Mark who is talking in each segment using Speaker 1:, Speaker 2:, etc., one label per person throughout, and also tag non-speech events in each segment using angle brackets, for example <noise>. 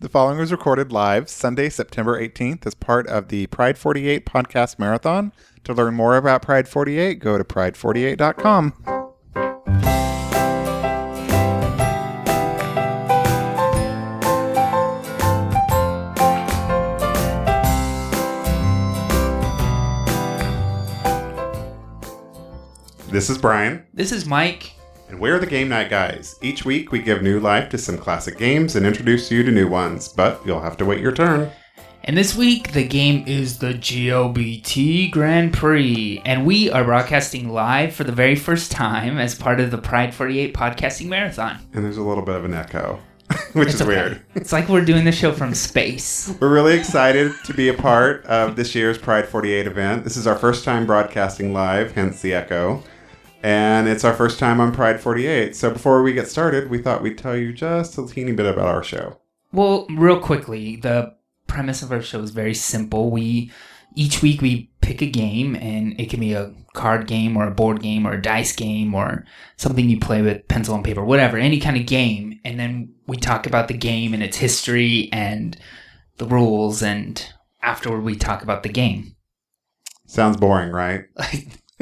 Speaker 1: The following was recorded live Sunday, September 18th, as part of the Pride 48 podcast marathon. To learn more about Pride 48, go to pride48.com. This is Brian.
Speaker 2: This is Mike.
Speaker 1: And we're the Game Night Guys. Each week we give new life to some classic games and introduce you to new ones, but you'll have to wait your turn.
Speaker 2: And this week, the game is the GOBT Grand Prix. And we are broadcasting live for the very first time as part of the Pride 48 podcasting marathon.
Speaker 1: And there's a little bit of an echo, <laughs> which is
Speaker 2: okay.
Speaker 1: weird.
Speaker 2: It's like we're doing the show from space.
Speaker 1: We're really excited to be a part of this year's Pride 48 event. This is our first time broadcasting live, hence the echo. And it's our first time on Pride 48. So before we get started, we thought we'd tell you just a teeny bit about our show.
Speaker 2: Well, real quickly, the premise of our show is very simple. We each week we pick a game and it can be a card game or a board game or a dice game or something you play with pencil and paper, whatever, any kind of game. And then we talk about the game and its history and the rules and afterward we talk about the game.
Speaker 1: Sounds boring, right?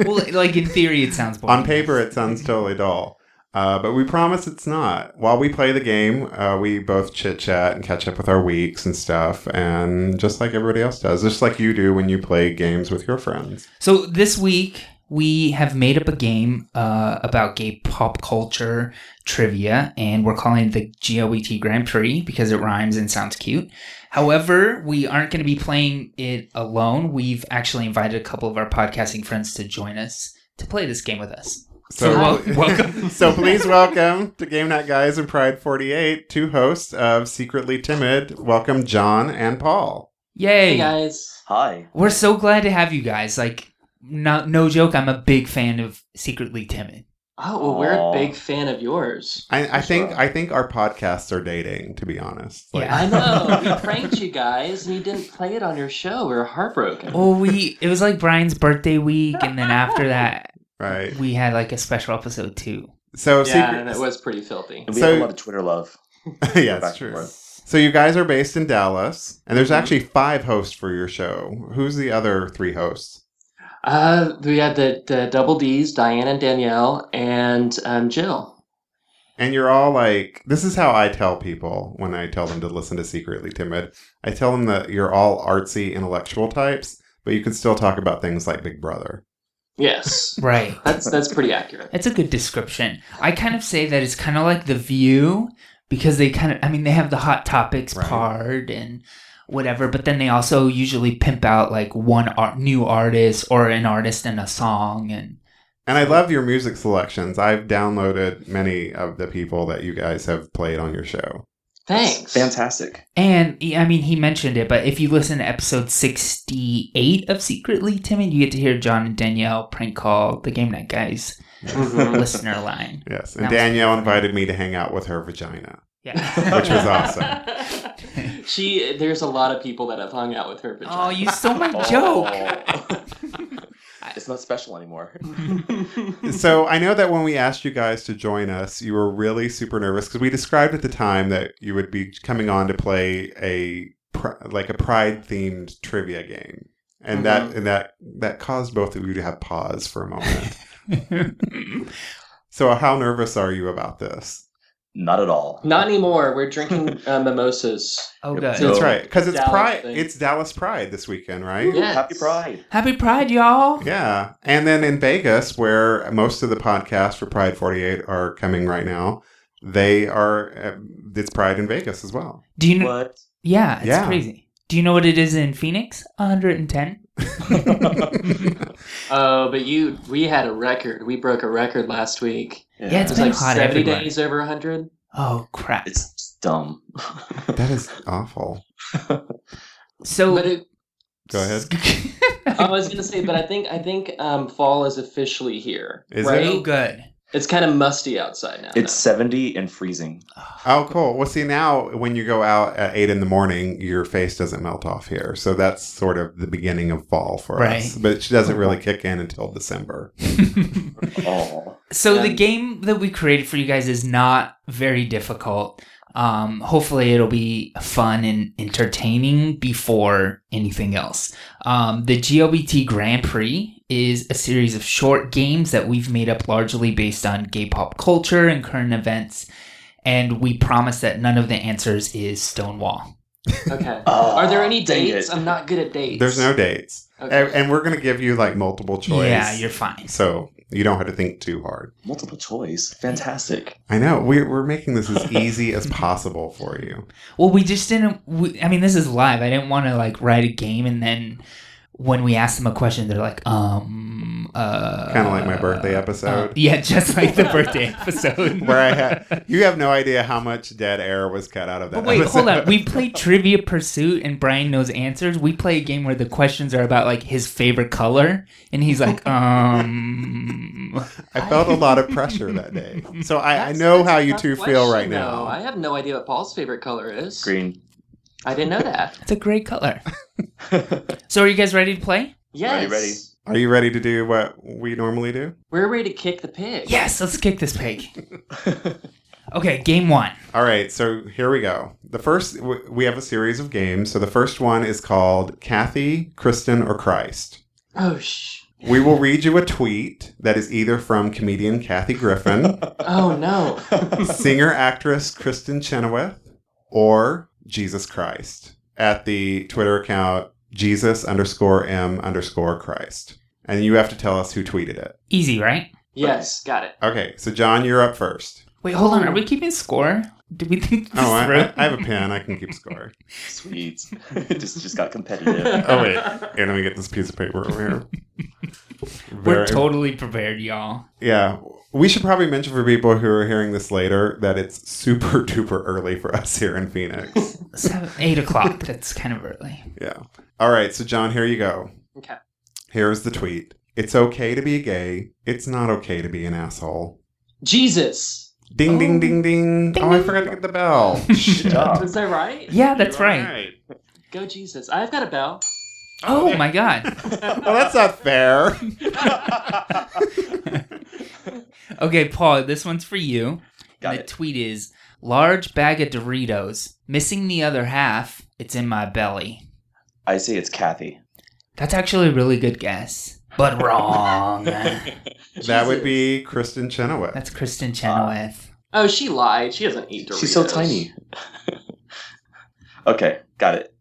Speaker 2: well, like in theory it sounds boring.
Speaker 1: On paper, it
Speaker 2: <laughs>
Speaker 1: sounds totally dull. Uh, but we promise it's not. While we play the game, uh, we both chit chat and catch up with our weeks and stuff, and just like everybody else does, just like you do when you play games with your friends.
Speaker 2: So this week we have made up a game uh, about gay pop culture trivia, and we're calling it the GOET Grand Prix because it rhymes and sounds cute. However, we aren't going to be playing it alone. We've actually invited a couple of our podcasting friends to join us to play this game with us. So, wel-
Speaker 1: <laughs>
Speaker 2: welcome.
Speaker 1: so
Speaker 2: <laughs>
Speaker 1: please welcome to Game Night Guys and Pride 48, two hosts of Secretly Timid. Welcome, John and Paul.
Speaker 2: Yay!
Speaker 3: Hey guys.
Speaker 4: Hi.
Speaker 2: We're so glad to have you guys. Like, not, no joke, I'm a big fan of Secretly Timid.
Speaker 3: Oh, well, we're a
Speaker 4: Aw.
Speaker 3: big fan
Speaker 1: <laughs>
Speaker 3: of yours.
Speaker 1: I, I
Speaker 4: For
Speaker 1: think
Speaker 4: sure.
Speaker 1: I think our podcasts are dating, to be honest.
Speaker 2: Yeah.
Speaker 3: I know. we pranked you guys and you didn't play it on your show. We were heartbroken.
Speaker 2: Well, we it was like Brian's birthday week, and then
Speaker 3: <laughs>
Speaker 2: after that,
Speaker 1: right.
Speaker 2: we had like a special episode too.
Speaker 1: So
Speaker 3: yeah,
Speaker 1: secret-
Speaker 3: that was pretty filthy.
Speaker 4: And we
Speaker 1: So-
Speaker 4: have a lot of Twitter love.
Speaker 1: <laughs> yeah,
Speaker 4: Back
Speaker 1: that's
Speaker 4: to
Speaker 1: true.
Speaker 4: front.
Speaker 1: So you guys are based in Dallas, and there's
Speaker 2: Mm-hmm.
Speaker 3: Mhm.
Speaker 1: actually five hosts for your show. Who's the other three hosts?
Speaker 3: Uh, we had the, the double D's, Diane and Danielle, and um, Jill.
Speaker 1: And you're all like, this is how I tell people when I tell them to listen to Secretly Timid. I tell them that you're all artsy, intellectual types, but you can still talk about things like Big Brother.
Speaker 2: <laughs>
Speaker 3: Yes.
Speaker 2: Right.
Speaker 3: That's that's pretty accurate.
Speaker 2: That's a good description. I kind of say that it's kind of like The View because they kind of, I mean, they have the hot topics
Speaker 1: Right.
Speaker 2: part and whatever, but then they also usually pimp out like one ar- new artist or an artist and a song. And
Speaker 1: And I
Speaker 2: Mm-hmm.
Speaker 1: love your music selections. I've downloaded many of the people that you guys have played on your show.
Speaker 3: Thanks.
Speaker 4: Fantastic.
Speaker 2: and he- I mean, he mentioned it, but if you listen to episode sixty-eight of Secretly Timid, you get to hear John and Danielle prank call the Game
Speaker 1: <laughs>
Speaker 2: Night Guys
Speaker 3: Mhm.
Speaker 2: listener line.
Speaker 1: Yes. And
Speaker 2: That was
Speaker 1: Danielle
Speaker 2: funny.
Speaker 1: invited me to hang out with her vagina.
Speaker 2: Yeah.
Speaker 1: Which was uh, awesome.
Speaker 3: <laughs> She there's a lot of people that have hung out with her vagina.
Speaker 2: Oh, you stole my joke.
Speaker 4: it's not special anymore.
Speaker 1: so I know that when we asked you guys to join us, you were really super nervous because we described at the time that you would be coming on to play a pr- like a pride themed trivia game, and that
Speaker 3: Mm-hmm.
Speaker 1: and that that caused both of you to have pause for a moment. so how nervous are you about this?
Speaker 4: Not at all.
Speaker 3: <laughs> Not anymore. We're drinking uh, mimosas.
Speaker 2: <laughs> oh,
Speaker 4: Yep.
Speaker 2: good.
Speaker 4: So-
Speaker 1: That's right, because it's
Speaker 3: Dallas
Speaker 1: pride.
Speaker 3: thing.
Speaker 1: It's Dallas Pride this weekend, right?
Speaker 3: Yeah.
Speaker 4: Happy Pride.
Speaker 2: Happy Pride, y'all.
Speaker 1: Yeah. And then in Vegas, where most of the podcasts for Pride 48 are coming right now, they are, uh, it's Pride in Vegas as well.
Speaker 2: Do you know?
Speaker 4: What?
Speaker 2: Yeah, it's
Speaker 1: Yeah.
Speaker 2: crazy. Do you know what it is in Phoenix? 110.
Speaker 1: <laughs>
Speaker 3: Oh, but you, we had a record. We broke a record last week.
Speaker 2: Yeah,
Speaker 3: It
Speaker 2: it's
Speaker 3: was
Speaker 2: been
Speaker 3: like
Speaker 2: hot
Speaker 3: 70
Speaker 2: everywhere.
Speaker 3: days over 100.
Speaker 2: Oh crap!
Speaker 4: It's
Speaker 3: <laughs>
Speaker 4: just dumb.
Speaker 1: that is awful.
Speaker 2: So
Speaker 3: But it,
Speaker 1: Go ahead.
Speaker 2: <laughs>
Speaker 3: I was going to say, but I think I think um, fall is officially here.
Speaker 1: Is it? Oh,
Speaker 3: right?
Speaker 2: so good.
Speaker 3: It's kind of musty outside now.
Speaker 4: it's 70 and
Speaker 3: <laughs>
Speaker 4: freezing.
Speaker 1: Oh, cool. Well, see, now when you go out at eight in the morning, your face doesn't melt off here. So that's sort of the beginning of fall for us.
Speaker 2: Right.
Speaker 1: But she doesn't really kick in until December.
Speaker 4: Oh.
Speaker 2: so the
Speaker 3: Um,
Speaker 2: game that we created for you guys is not very difficult. Um, hopefully, it'll be fun and entertaining before anything else. Um, the GLBT Grand Prix is a series of short games that we've made up largely based on gay pop culture and current events. And we promise that none of the answers is Stonewall.
Speaker 1: <laughs>
Speaker 3: Okay.
Speaker 4: Ah,
Speaker 3: Are there any
Speaker 4: dang
Speaker 3: dates?
Speaker 4: it.
Speaker 3: I'm not good at dates.
Speaker 1: Oh, There's no dates, and,
Speaker 3: Okay.
Speaker 1: and we're gonna give you like multiple choice.
Speaker 2: Yeah, you're fine.
Speaker 1: so you don't have to think too hard.
Speaker 4: Multiple choice. Fantastic.
Speaker 1: I know we're we're making this as easy
Speaker 2: <laughs>
Speaker 1: as possible for you.
Speaker 2: Well, we just didn't. We, I mean, this is live. I didn't want to like write a game and then when we ask them a question, they're like, um, uh,
Speaker 1: Kind of like my birthday
Speaker 2: uh,
Speaker 1: episode.
Speaker 2: <laughs> yeah, just like the birthday <laughs> episode
Speaker 1: where I had you have no idea how much dead air was cut out of that.
Speaker 2: <laughs> But wait, hold on.
Speaker 1: episode. <laughs>
Speaker 2: We played Trivia Pursuit and Brian knows answers. We play a game where the questions are about like his favorite color and he's
Speaker 1: <laughs>
Speaker 2: like, um
Speaker 1: I felt a lot of pressure
Speaker 3: <laughs>
Speaker 1: that day, so I, I
Speaker 3: That's-
Speaker 1: know
Speaker 3: that's
Speaker 1: how
Speaker 3: a
Speaker 1: you
Speaker 3: tough
Speaker 1: two feel right
Speaker 3: question,
Speaker 1: now.
Speaker 3: though. I have no idea what Paul's favorite color is. <laughs>
Speaker 4: Green.
Speaker 3: I didn't know
Speaker 1: <laughs>
Speaker 3: that.
Speaker 2: it's a great color. So are you guys ready to play?
Speaker 3: Yes.
Speaker 4: you ready?
Speaker 1: Are you ready to do what we normally do?
Speaker 3: We're ready to kick the pig.
Speaker 2: Yes, let's kick this
Speaker 1: <laughs>
Speaker 2: pig. Okay, game one.
Speaker 1: All right, so here we go. The first w- we have a series of games. So the first one is called Kathy, Kristen, or Christ.
Speaker 3: Oh sh.
Speaker 1: We will read you a tweet that is either from comedian Kathy
Speaker 3: <laughs>
Speaker 1: Griffin,
Speaker 3: Oh
Speaker 1: <laughs>
Speaker 3: no.
Speaker 1: singer actress Kristen Chenoweth, or Jesus Christ at the Twitter account Jesus underscore M underscore Christ. And you have to tell us who tweeted it.
Speaker 2: Easy, right?
Speaker 3: Yes. Got it.
Speaker 1: Okay, so John, you're up first.
Speaker 2: Wait, hold on. Are we keeping score? Did we think <laughs> this
Speaker 1: Oh, I,
Speaker 2: through?
Speaker 1: I- I have a pen. I can keep
Speaker 2: <laughs>
Speaker 1: score.
Speaker 4: Sweet. <laughs> just just
Speaker 3: <laughs>
Speaker 4: got competitive.
Speaker 1: Oh, wait. Here, let me get this piece of paper over here.
Speaker 2: <laughs> We're
Speaker 1: Very-
Speaker 2: totally prepared, y'all.
Speaker 1: Yeah. We should probably mention for people who are hearing this later that it's super <laughs> duper early for us here in
Speaker 2: <laughs>
Speaker 1: Phoenix.
Speaker 2: Seven, eight o'clock. That's kind of early.
Speaker 1: yeah. All right. So, John, here you go.
Speaker 3: Okay.
Speaker 1: Here's the tweet It's okay to be gay. It's not okay to be an asshole.
Speaker 3: Jesus.
Speaker 1: Ding, ding, ding, ding.
Speaker 2: Ding,
Speaker 1: oh, I
Speaker 2: ding.
Speaker 1: forgot to get the
Speaker 2: <laughs>
Speaker 1: bell. <laughs>
Speaker 4: Good
Speaker 3: <laughs>
Speaker 4: job.
Speaker 3: Is that right?
Speaker 2: Yeah, that's
Speaker 1: You're
Speaker 2: right.
Speaker 3: Go Jesus. I've got a
Speaker 1: <laughs>
Speaker 3: bell.
Speaker 2: Oh my god.
Speaker 1: well, that's not
Speaker 2: <laughs>
Speaker 1: fair.
Speaker 2: Okay, Paul, this one's for you.
Speaker 4: Got
Speaker 2: and the
Speaker 4: it.
Speaker 2: tweet is large bag of Doritos, missing the other half, it's in my belly.
Speaker 4: I say it's Kathy.
Speaker 2: That's actually a really good guess, but
Speaker 1: <laughs>
Speaker 2: wrong.
Speaker 1: That would be Kristen Chenoweth.
Speaker 2: That's Kristen Chenoweth.
Speaker 3: Oh, she lied. She doesn't eat Doritos.
Speaker 4: She's so tiny. <laughs> okay, got it.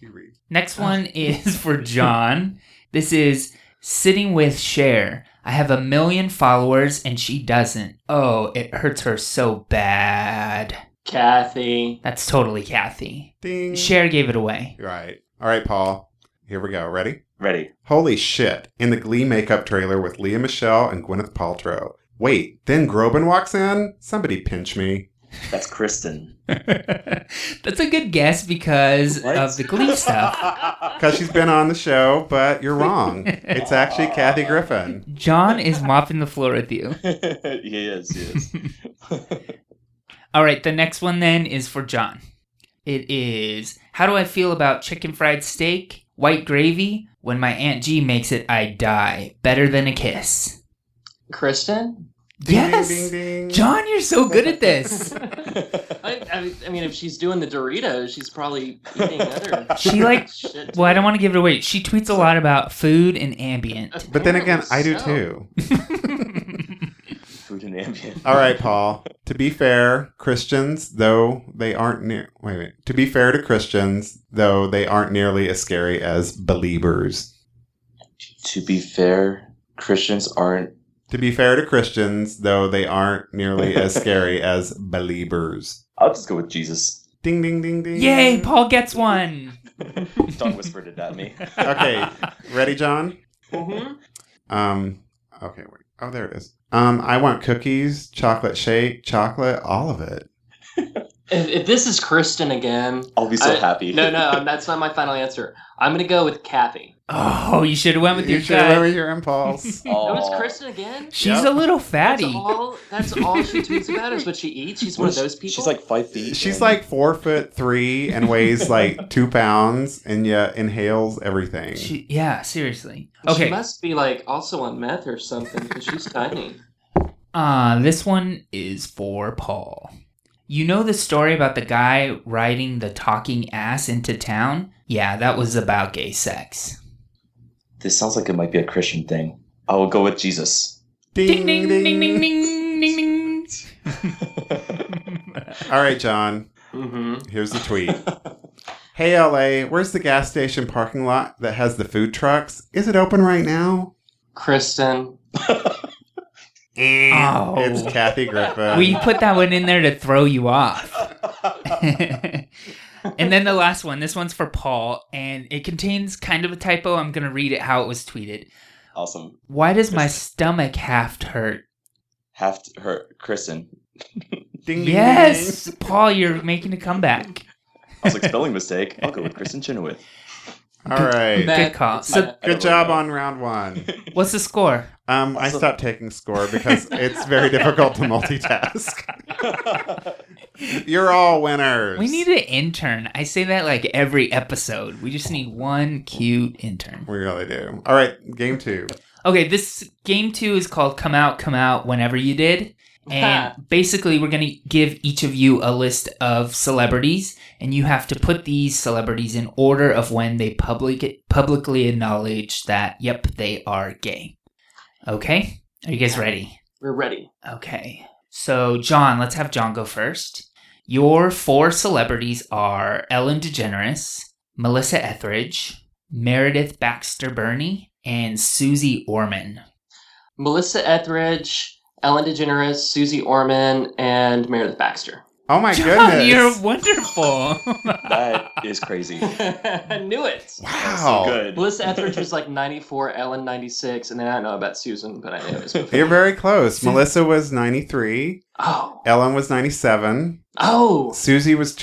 Speaker 1: You read.
Speaker 2: Next one is for John. This is sitting with Cher. I have a million followers and she doesn't. Oh, it hurts her so bad.
Speaker 3: Kathy.
Speaker 2: That's totally Kathy.
Speaker 1: Ding.
Speaker 2: Cher gave it away. <laughs>
Speaker 1: Right. All right, Paul. Here we go. Ready?
Speaker 4: Ready.
Speaker 1: Holy shit, in the Glee makeup trailer with Leah Michelle and Gwyneth Paltrow. Wait, then Groban walks in? Somebody pinch me.
Speaker 4: That's Kristen.
Speaker 2: That's a good guess because
Speaker 4: What?
Speaker 2: of the Glee stuff. <laughs>
Speaker 3: <laughs>
Speaker 1: Because she's been on the show, but you're wrong. It's actually Kathy Griffin.
Speaker 2: John is mopping the floor with you.
Speaker 4: he is,
Speaker 3: <laughs>
Speaker 4: he is.
Speaker 2: All right, the next one then is for John. It is How do I feel about chicken fried steak, white gravy? When my Aunt G makes it, I die. Better than a kiss.
Speaker 3: Kristen.
Speaker 1: Ding,
Speaker 2: yes!
Speaker 1: Ding, ding, ding.
Speaker 2: John, you're so good at this.
Speaker 3: I, I, I mean, if she's doing the Doritos, she's probably eating other.
Speaker 2: <laughs> She, like-
Speaker 3: Shit.
Speaker 2: <laughs> well, I don't want to give it away. She tweets a lot about food and ambient.
Speaker 1: But then again, I do
Speaker 3: Oh, So-
Speaker 1: too.
Speaker 4: Food and ambient.
Speaker 1: All right, Paul. To be fair, Christians, though they aren't near. Wait a minute. To be fair to Christians, though they aren't nearly as scary as believers.
Speaker 4: To be fair, Christians aren't.
Speaker 1: To be fair to Christians, though they aren't nearly
Speaker 2: <laughs>
Speaker 1: as scary as believers.
Speaker 4: I'll just go with Jesus.
Speaker 1: Ding ding ding ding.
Speaker 2: Yay, Paul gets one.
Speaker 4: Don whispered it at me.
Speaker 1: Okay, ready, John?
Speaker 3: Mhm.
Speaker 1: Um. Okay. Wait. Oh, there it is. Um. I want cookies, chocolate shake, chocolate, all of it.
Speaker 3: If, if this is Kristen again,
Speaker 4: I'll be so
Speaker 3: I-
Speaker 4: happy.
Speaker 3: no, no, that's not my final answer. I'm gonna go with Kathy.
Speaker 2: Oh, you should have went with
Speaker 1: you
Speaker 2: your
Speaker 1: should remember
Speaker 2: gut.
Speaker 1: your
Speaker 2: <laughs>
Speaker 1: impulse.
Speaker 3: It
Speaker 4: Oh,
Speaker 3: was Kristen again.
Speaker 2: She's
Speaker 1: Yep.
Speaker 2: a little
Speaker 3: That's
Speaker 2: fatty.
Speaker 3: all. That's all she tweets about is what she eats. She's one of those people.
Speaker 4: She's like five feet.
Speaker 1: She's
Speaker 4: and-
Speaker 1: like four foot three and weighs like two pounds, and yet inhales everything.
Speaker 2: She, yeah, seriously.
Speaker 3: She
Speaker 2: Okay.
Speaker 3: must be like also on meth or something because she's tiny.
Speaker 2: Uh, this one is for Paul. You know the story about the guy riding the talking ass into town? Yeah, that was about gay sex.
Speaker 4: This sounds like it might be a Christian thing. I will go
Speaker 1: <laughs>
Speaker 4: with Jesus.
Speaker 2: Ding ding ding ding ding ding ding.
Speaker 1: All right, John.
Speaker 3: Mm-hmm.
Speaker 1: Here's the tweet. <laughs> hey LA, where's the gas station parking lot that has the food trucks? Is it open right now?
Speaker 3: Kristen.
Speaker 2: Oh.
Speaker 1: It's Kathy Griffin.
Speaker 2: we put that one in there to throw you off. <laughs> and then the last one. This one's for Paul, and it contains kind of a typo. I'm going to read it how it was tweeted.
Speaker 4: awesome.
Speaker 2: Why
Speaker 1: <laughs>
Speaker 2: does my stomach half hurt?
Speaker 4: Have to hurt Kristen.
Speaker 1: Ding, ding,
Speaker 2: Yes, Paul, you're making a comeback.
Speaker 4: I was like spelling mistake. I'll go with Kristen Chenoweth.
Speaker 1: ding. All right.
Speaker 2: Good call.
Speaker 4: I- I
Speaker 2: So,
Speaker 4: don't
Speaker 1: Good
Speaker 4: really
Speaker 1: job
Speaker 4: know.
Speaker 1: on round
Speaker 2: <laughs>
Speaker 1: one.
Speaker 2: what's the score?
Speaker 1: Um, I
Speaker 4: Also-
Speaker 1: stopped taking score because it's very difficult to multitask.
Speaker 2: <laughs>
Speaker 1: You're all winners.
Speaker 2: We need an intern. I say that like every episode. We just need one cute intern.
Speaker 1: We really do. All right, game two.
Speaker 2: Okay, this game two is called Come Out, Come Out Whenever You Did. And basically, we're going to give each of you a list of celebrities, and you have to put these celebrities in order of when they public- publicly acknowledge that, yep, they are gay. Okay? Are you guys ready?
Speaker 3: We're ready.
Speaker 2: Okay. So, John, let's have John go first. Your four celebrities are Ellen DeGeneres, Melissa Etheridge, Meredith Baxter Burney, and Susie Orman.
Speaker 3: Melissa Etheridge, Ellen DeGeneres, Susie Orman, and
Speaker 2: <laughs>
Speaker 3: Meredith Baxter.
Speaker 1: Oh my
Speaker 2: John,
Speaker 1: goodness.
Speaker 2: you're wonderful.
Speaker 4: <laughs>
Speaker 1: <laughs>
Speaker 4: That is crazy.
Speaker 3: I knew it.
Speaker 4: That's
Speaker 1: wow.
Speaker 4: good.
Speaker 3: Melissa Etheridge <laughs> was like 94, Ellen 96, and then I don't know about Susan, but I knew it
Speaker 2: <laughs>
Speaker 3: was.
Speaker 1: You're very close. Melissa was 93.
Speaker 3: Oh,
Speaker 1: Ellen was 97.
Speaker 3: oh,
Speaker 1: Susie was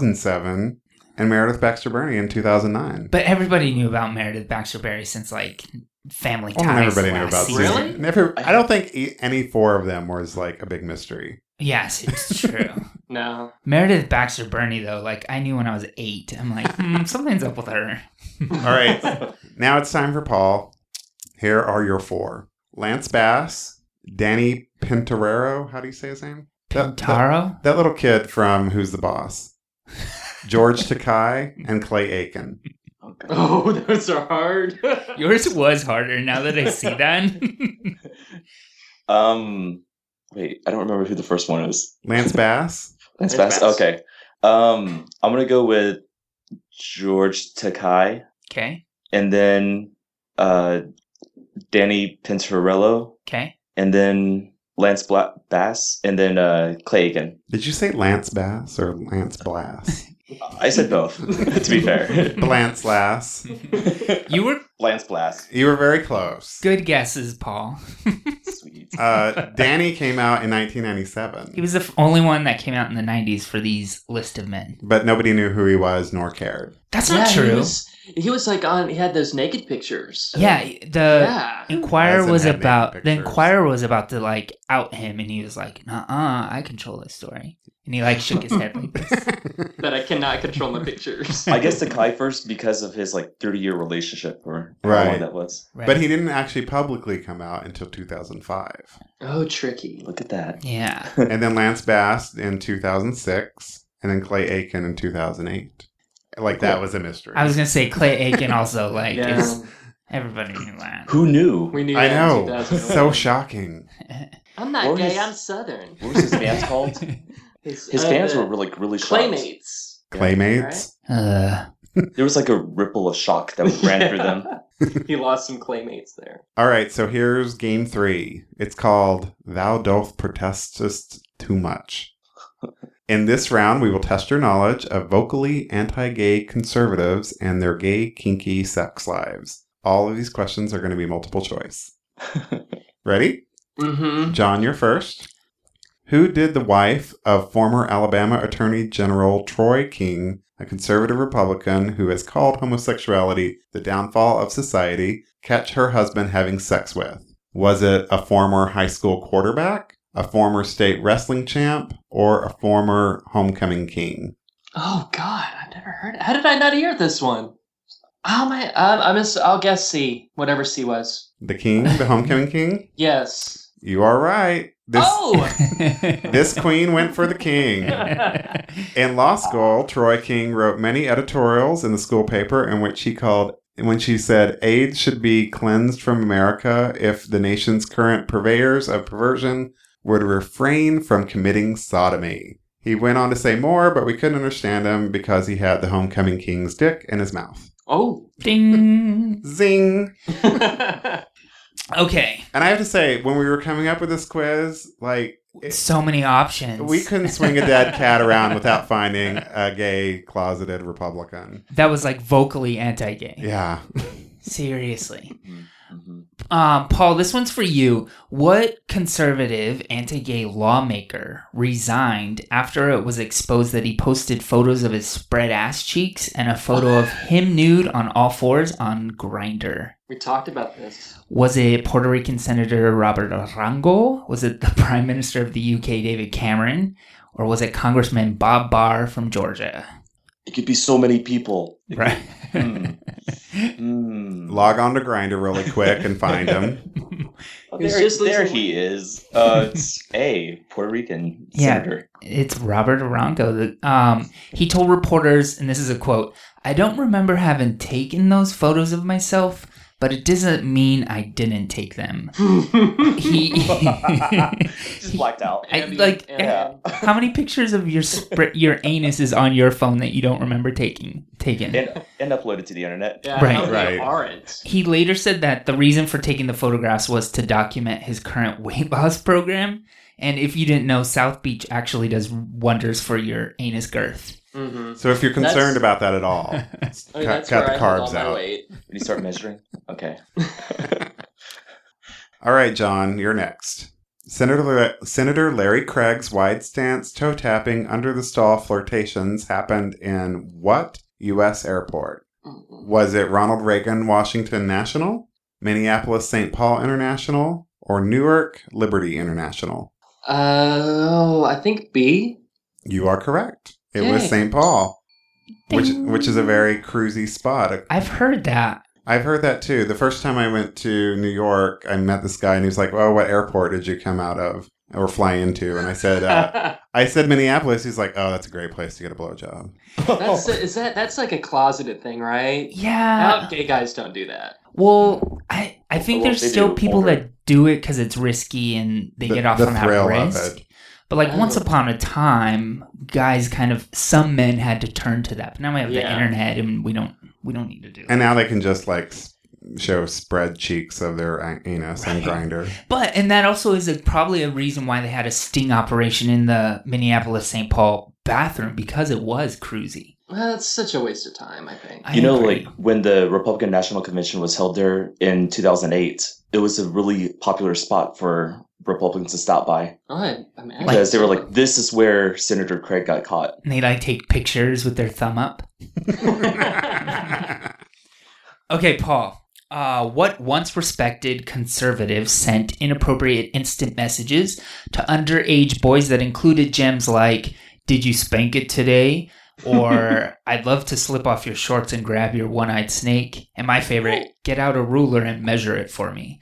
Speaker 1: 2007. And Meredith Baxter Burney in 2009.
Speaker 2: but everybody knew about Meredith Baxter Berry since like Family
Speaker 1: Oh,
Speaker 2: Ties.
Speaker 1: everybody knew
Speaker 2: last
Speaker 1: about
Speaker 2: season.
Speaker 1: Susan.
Speaker 3: Really?
Speaker 1: Never, I don't think e- any four of them was like a big mystery. <laughs>
Speaker 2: Yes, it's true.
Speaker 3: no.
Speaker 2: Meredith Baxter Burney, though, like I knew when I was eight. I'm like,
Speaker 1: <laughs>
Speaker 2: hmm, something's up with her.
Speaker 1: All right, now it's time for Paul. Here are your four: Lance Bass, Danny Pintarero. How do you say his name? That- that,
Speaker 2: Pintaro?
Speaker 1: that little kid from Who's the Boss?
Speaker 2: <laughs>
Speaker 1: George Takai and Clay Aiken.
Speaker 4: Okay.
Speaker 3: <laughs> Oh, those are hard.
Speaker 2: Yours was harder now that I see that. <laughs>
Speaker 4: Um, wait, I don't remember who the first one is.
Speaker 1: Lance Bass.
Speaker 4: That's
Speaker 3: That's
Speaker 4: fast.
Speaker 3: fast.
Speaker 4: Okay. Um, I'm gonna go with George Takai
Speaker 2: Okay.
Speaker 4: and then uh, Danny Pintarello
Speaker 2: Okay.
Speaker 4: and then Lance Bla- Bass and then uh, Clay Aiken.
Speaker 1: Did you say Lance Bass or Lance
Speaker 2: <laughs>
Speaker 1: Blass?
Speaker 4: I said both. <laughs> to
Speaker 1: <laughs>
Speaker 4: be fair,
Speaker 1: Lance Lass.
Speaker 2: You were
Speaker 4: Lance Blast.
Speaker 1: You were very close.
Speaker 2: good guesses, Paul.
Speaker 4: Sweet.
Speaker 2: <laughs>
Speaker 1: Uh, Danny came out in 1997.
Speaker 2: He was the f- only one that came out in the 90s for these list of men.
Speaker 1: but nobody knew who he was nor
Speaker 2: <laughs>
Speaker 1: cared.
Speaker 2: That's
Speaker 3: yeah,
Speaker 2: not
Speaker 3: He
Speaker 2: true.
Speaker 3: was, he was like on. He had those naked pictures.
Speaker 2: yeah, the
Speaker 3: yeah.
Speaker 2: Inquirer
Speaker 1: Hasn't
Speaker 2: was
Speaker 1: had naked
Speaker 2: about the
Speaker 1: pictures.
Speaker 2: Inquirer was about to like out him, and he was like, "Nah, uh, I control this story." And he like shook his head
Speaker 1: <laughs>
Speaker 2: like this.
Speaker 3: That I cannot control my pictures.
Speaker 4: I guess Takai first because of his like 30 year relationship or how
Speaker 1: Right.
Speaker 4: long that was.
Speaker 2: Right.
Speaker 1: But he didn't actually publicly come out until 2005.
Speaker 3: Oh, tricky.
Speaker 4: Look at that.
Speaker 2: yeah,
Speaker 1: and then Lance Bass in 2006, and then Clay Aiken in 2008. Like that was a mystery.
Speaker 2: I was gonna say Clay Aiken also like
Speaker 3: yeah.
Speaker 2: is- everybody knew that.
Speaker 4: Who knew?
Speaker 3: We knew.
Speaker 1: I
Speaker 3: that
Speaker 1: know.
Speaker 3: in 2001.
Speaker 1: So shocking.
Speaker 3: I'm not
Speaker 4: Or
Speaker 3: gay.
Speaker 4: his-
Speaker 3: I'm Southern.
Speaker 4: What was his
Speaker 2: <laughs>
Speaker 4: fans called?
Speaker 3: His,
Speaker 4: His
Speaker 3: uh,
Speaker 4: fans
Speaker 3: the
Speaker 4: were really, really shocked.
Speaker 3: playmates.
Speaker 1: Claymates.
Speaker 2: Uh,
Speaker 4: There was like a ripple of shock that ran through them.
Speaker 3: them. he lost some claymates there.
Speaker 1: All right, so here's game three. It's called Thou Doth Protestest Too Much. In this round, we will test your knowledge of vocally anti gay conservatives and their gay, kinky sex lives. All of these questions are going to be multiple choice. Ready?
Speaker 3: Mm-hmm.
Speaker 1: John, you're first. Who did the wife of former Alabama Attorney General Troy King, a conservative Republican who has called homosexuality the downfall of society, catch her husband having sex with? Was it a former high school quarterback, a former state wrestling champ, or a former homecoming king?
Speaker 3: Oh God, I've never heard. How did I not hear this one? Oh my, um, I miss. I'll guess C. Whatever C was.
Speaker 1: The king, the homecoming king?
Speaker 3: Yes.
Speaker 1: You are right. This
Speaker 2: <laughs> oh!
Speaker 1: this queen went for the king. In law school, Troy King wrote many editorials in the school paper in which he called when she said AIDS should be cleansed from America if the nation's current purveyors of perversion were to refrain from committing sodomy. He went on to say more, but we couldn't understand him because he had the homecoming king's dick in his mouth.
Speaker 3: Oh.
Speaker 2: <laughs>
Speaker 3: <laughs>
Speaker 2: Ding.
Speaker 1: Zing!
Speaker 2: Okay.
Speaker 1: And I have to say, when we were coming up with this quiz, like
Speaker 2: So many options.
Speaker 1: we couldn't swing a dead cat
Speaker 2: <laughs>
Speaker 1: around without finding a gay closeted Republican.
Speaker 2: That was like vocally anti-gay.
Speaker 1: Yeah.
Speaker 2: Seriously.
Speaker 4: hmm
Speaker 2: Um, Paul, this one's for you. What conservative anti gay lawmaker resigned after it was exposed that he posted photos of his spread ass cheeks and a photo of him nude on all fours on Grinder?
Speaker 3: we talked about this.
Speaker 2: Was it Puerto Rican Senator Robert Arango? Was it the <laughs> Prime Minister of the UK, David Cameron? Or was it Congressman Bob Barr from Georgia?
Speaker 4: It could be so
Speaker 2: <laughs>
Speaker 4: many people.
Speaker 2: Right.
Speaker 4: Mm. Mm.
Speaker 1: Log on to Grinder really quick and find
Speaker 3: <laughs>
Speaker 1: him.
Speaker 4: Oh,
Speaker 3: He was
Speaker 4: there
Speaker 3: just
Speaker 4: there
Speaker 3: losing-
Speaker 4: he is. Uh, it's a Puerto Rican
Speaker 2: Yeah.
Speaker 4: senator.
Speaker 2: It's Robert Arango. The- Um, he told reporters, and this is a quote I don't remember having taken those photos of myself, but it doesn't mean I didn't take them.
Speaker 1: <laughs>
Speaker 2: He. <laughs>
Speaker 4: Just blacked out.
Speaker 2: I- like,
Speaker 4: Yeah.
Speaker 2: How many pictures of your spr your anus is on your phone that you don't remember taking taken?
Speaker 4: And, and uploaded to the internet.
Speaker 3: yeah,
Speaker 2: Right.
Speaker 3: how many
Speaker 1: Right.
Speaker 3: aren't?
Speaker 2: He later said that the reason for taking the photographs was to document his current weight loss program. And if you didn't know, South Beach actually does wonders for your anus girth.
Speaker 3: Mm-hmm.
Speaker 1: So if you're concerned
Speaker 3: That's-
Speaker 1: about that at
Speaker 3: <laughs>
Speaker 1: all,
Speaker 3: I mean,
Speaker 1: cut,
Speaker 3: that's
Speaker 1: cut
Speaker 3: where
Speaker 1: the
Speaker 3: I hold all
Speaker 1: carbs
Speaker 3: my
Speaker 1: out.
Speaker 3: weight.
Speaker 4: When you start measuring. Okay.
Speaker 1: All right, John, you're next. Senator, La- Senator Larry Craig's wide stance toe tapping under the stall flirtations happened in what U.S. airport?
Speaker 3: Mm-mm.
Speaker 1: Was it Ronald Reagan Washington National, Minneapolis St. Paul International, or Newark Liberty International?
Speaker 3: Uh, oh, I think B.
Speaker 1: You are correct. It was
Speaker 3: Yay.
Speaker 1: St. Paul, which
Speaker 2: Ding.
Speaker 1: which is a very cruisy spot.
Speaker 2: I've heard that.
Speaker 1: I've heard that too. The first time I went to New York, I met this guy and he was like, "Oh, what airport did you come out of or fly into?" And I said, uh,
Speaker 2: <laughs>
Speaker 1: "I said Minneapolis." He's like, "Oh, that's a great place to get a blowjob."
Speaker 3: <laughs> that's is that that's like a closeted thing, right?
Speaker 2: Yeah.
Speaker 3: Out gay guys don't do that.
Speaker 2: Well, I I think
Speaker 4: Well,
Speaker 2: there's
Speaker 4: they
Speaker 2: still
Speaker 4: do
Speaker 2: people
Speaker 4: older.
Speaker 2: that do it because it's risky and they
Speaker 1: The-
Speaker 2: get off
Speaker 1: the
Speaker 2: on
Speaker 1: thrill
Speaker 2: that
Speaker 1: of
Speaker 2: risk.
Speaker 1: it.
Speaker 2: But like
Speaker 3: Oh.
Speaker 2: once upon a time, guys kind of some men had to turn to that. But now we have the
Speaker 3: Yeah.
Speaker 2: internet and we don't we don't need to do.
Speaker 1: And
Speaker 2: that.
Speaker 1: now they can just like s- show spread cheeks of their uh, an- anus and
Speaker 2: Right. <laughs>
Speaker 1: grinder.
Speaker 2: But and that also is a, probably a reason why they had a sting operation in the Minneapolis St. Paul bathroom because it was cruisy.
Speaker 3: Well, that's such a waste of time. I think.
Speaker 2: I
Speaker 4: you know,
Speaker 2: agree.
Speaker 4: like when the Republican National Convention was held there in 2008, it was a really popular spot for Republicans to stop by
Speaker 3: Oh, I, I mean, I
Speaker 4: because they were
Speaker 3: guess-
Speaker 4: like, "This is where Senator Craig got caught." <laughs>
Speaker 2: and they like take pictures with their thumb up. Okay, Paul. Uh, what once respected conservative sent inappropriate instant messages to underage boys that included gems like, Did you spank it today? Or, I'd love to slip off your shorts and grab your one eyed snake. And my favorite, Get out a ruler and measure it for me.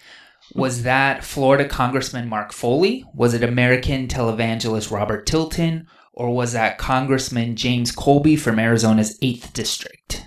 Speaker 2: Was that Florida Congressman Mark Foley? Was it American televangelist Robert Tilton? Or was that Congressman James Colby from Arizona's 8th District?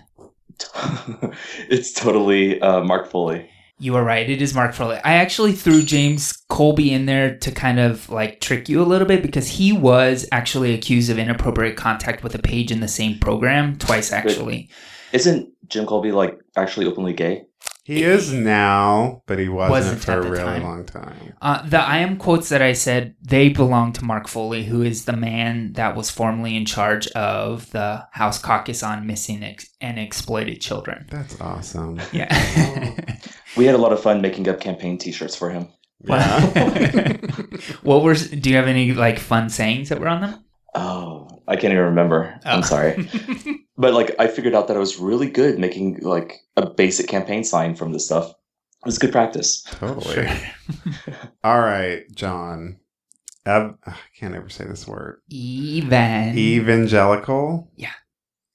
Speaker 4: it's totally uh, Mark Foley.
Speaker 2: You are right. It is Mark Foley. I actually threw James Colby in there to kind of like trick you a little bit because he was actually accused of inappropriate contact with a page in the same program twice, actually.
Speaker 4: Isn't Jim Colby like actually openly gay?
Speaker 1: he is now, but he wasn't,
Speaker 2: Wasn't
Speaker 1: for
Speaker 2: at
Speaker 1: a
Speaker 2: the
Speaker 1: really
Speaker 2: time.
Speaker 1: long time.
Speaker 2: Uh, the I am quotes that I said they belong to Mark Foley, who is the man that was formerly in charge of the House Caucus on Missing ex- and Exploited Children.
Speaker 1: That's
Speaker 2: <laughs>
Speaker 1: awesome.
Speaker 2: Yeah. <laughs>
Speaker 4: We had a lot of fun making up campaign T-shirts for him.
Speaker 1: Yeah.
Speaker 2: <laughs> what were? Do you have any like fun sayings that were on them?
Speaker 4: Oh, I can't even remember. I'm
Speaker 2: Oh. <laughs>
Speaker 4: sorry, but like I figured out that I was really good making like a basic campaign sign from this stuff. It was good practice.
Speaker 1: totally. All right, John. Ev- I can't ever say this word.
Speaker 2: Even.
Speaker 1: evangelical.
Speaker 2: Yeah.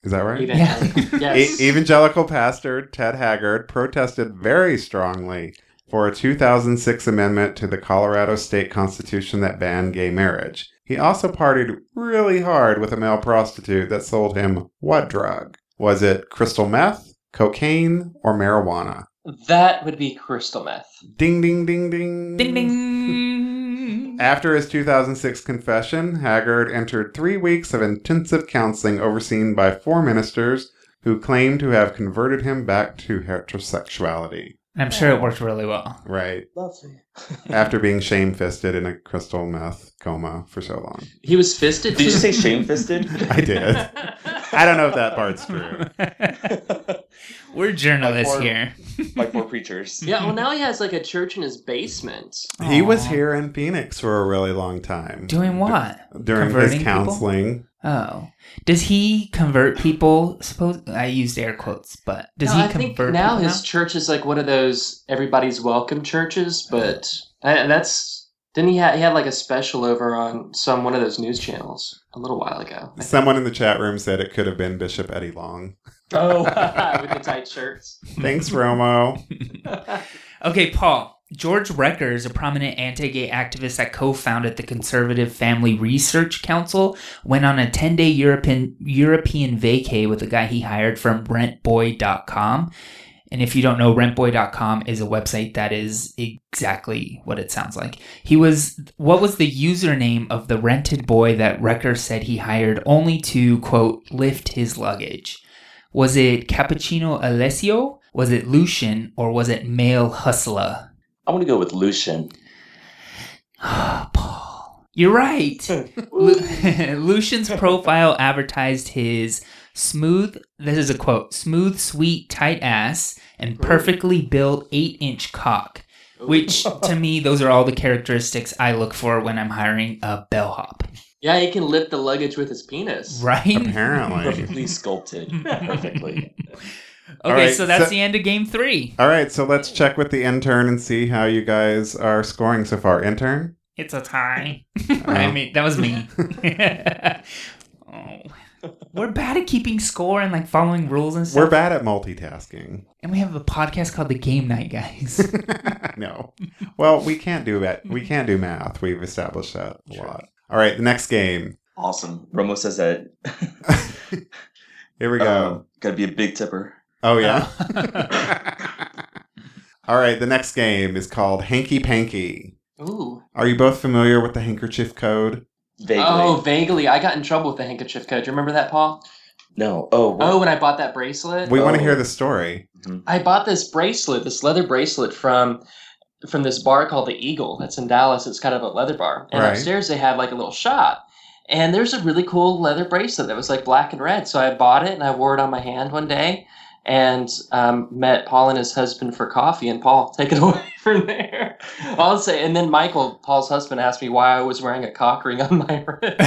Speaker 1: Is that right?
Speaker 3: Even-
Speaker 2: Yeah. <laughs>
Speaker 1: E-
Speaker 3: yes.
Speaker 1: evangelical pastor Ted Haggard protested very strongly for a 2006 amendment to the Colorado state constitution that banned gay marriage. He also partied really hard with a male prostitute that sold him what drug? Was it crystal meth, cocaine, or marijuana?
Speaker 3: That would be crystal meth.
Speaker 1: Ding, ding, ding, ding.
Speaker 2: Ding ding.
Speaker 1: After his 2006 confession, Haggard entered three weeks of intensive counseling overseen by four ministers who claimed to have converted him back to heterosexuality.
Speaker 2: <laughs> I'm sure it worked really well. <laughs>
Speaker 1: Right.
Speaker 4: Lovely.
Speaker 1: After being shame-fisted in a crystal meth coma for so long.
Speaker 3: He was fisted.
Speaker 4: Did you say
Speaker 2: <laughs>
Speaker 4: shame fisted? <laughs>
Speaker 1: I
Speaker 3: <laughs>
Speaker 1: did. I don't know if that part's true.
Speaker 2: We're journalists
Speaker 4: Or-
Speaker 2: here.
Speaker 4: like more preachers.
Speaker 3: yeah. Well, now he has like a church in his basement.
Speaker 1: He was
Speaker 2: Aw.
Speaker 1: here in Phoenix for a really long time.
Speaker 2: Doing what?
Speaker 1: During
Speaker 2: Converting
Speaker 1: his
Speaker 2: people?
Speaker 1: counseling.
Speaker 2: Oh, does he convert people? Suppose I used air quotes, but does
Speaker 3: No,
Speaker 2: he
Speaker 3: I think
Speaker 2: convert
Speaker 3: now
Speaker 2: people
Speaker 3: his church is like one of those everybody's welcome churches, but and that's didn't he ha he had like a special over on some one of those news channels a little while ago.
Speaker 1: Someone in the chat room said it could have been Bishop Eddie Long.
Speaker 3: Oh, <laughs> with the tight shirts.
Speaker 1: Thanks,
Speaker 2: <laughs>
Speaker 1: Romo.
Speaker 2: Okay, Paul. George Recker is a prominent anti gay activist that co founded the Conservative Family Research Council, went on a 10 day European, European vacay with a guy he hired from rentboy.com. And if you don't know, rentboy.com is a website that is exactly what it sounds like. He was, what was the username of the rented boy that Recker said he hired only to, quote, lift his luggage? Was it Cappuccino Alessio? Was it Lucian? Or was it Male Hustler? <sighs>
Speaker 4: I'm gonna go with Lucian.
Speaker 2: Paul. You're right.
Speaker 1: <laughs>
Speaker 2: Lu- <laughs> Lucian's profile advertised his smooth, this is a quote, smooth, sweet, tight ass and perfectly built eight inch cock.
Speaker 1: <laughs>
Speaker 2: Which to me, those are all the characteristics I look for when I'm hiring a bellhop.
Speaker 3: Yeah, he can lift the luggage with his penis.
Speaker 2: Right?
Speaker 1: Uh-huh. Apparently.
Speaker 2: <laughs>
Speaker 4: Perfectly sculpted. Perfectly.
Speaker 1: All
Speaker 2: Okay,
Speaker 1: right,
Speaker 2: so that's
Speaker 1: so-
Speaker 2: the end of game three.
Speaker 1: All right, so let's check with the intern and see how you guys are scoring so far. Intern?
Speaker 2: It's
Speaker 1: <laughs>
Speaker 2: a tie. I mean, that was me. oh. We're bad at keeping score and like following rules and stuff.
Speaker 1: We're bad at multitasking. <laughs>
Speaker 2: and we have a podcast called The Game Night Guys. <laughs>
Speaker 1: no. Well, we can't do that. We can't do math. We've established that a lot. All right, the next game.
Speaker 4: Awesome. Romo says that.
Speaker 1: Here we go.
Speaker 4: Um, gotta be a big tipper.
Speaker 1: oh, yeah.
Speaker 4: uh, <laughs>
Speaker 1: All right, the next game is called Hanky Panky.
Speaker 3: Ooh.
Speaker 1: Are you both familiar with the handkerchief code?
Speaker 4: Vaguely.
Speaker 3: Oh, vaguely. I got in trouble with the handkerchief code. Do you remember that, Paul?
Speaker 4: no. Oh.
Speaker 3: Oh, when I bought that bracelet.
Speaker 1: We want to
Speaker 4: Oh.
Speaker 1: hear the story.
Speaker 3: I bought this bracelet, this leather bracelet from from this bar called the Eagle that's in Dallas. It's kind of a leather bar. And
Speaker 1: Right.
Speaker 3: upstairs they had like a little shop. And there's a really cool leather bracelet that was like black and red. So I bought it and I wore it on my hand one day and um, met Paul and his husband for coffee. And Paul, take it <laughs> away from there. I'll say, and then Michael, Paul's husband, asked me why I was wearing a cock ring on my <laughs> wrist.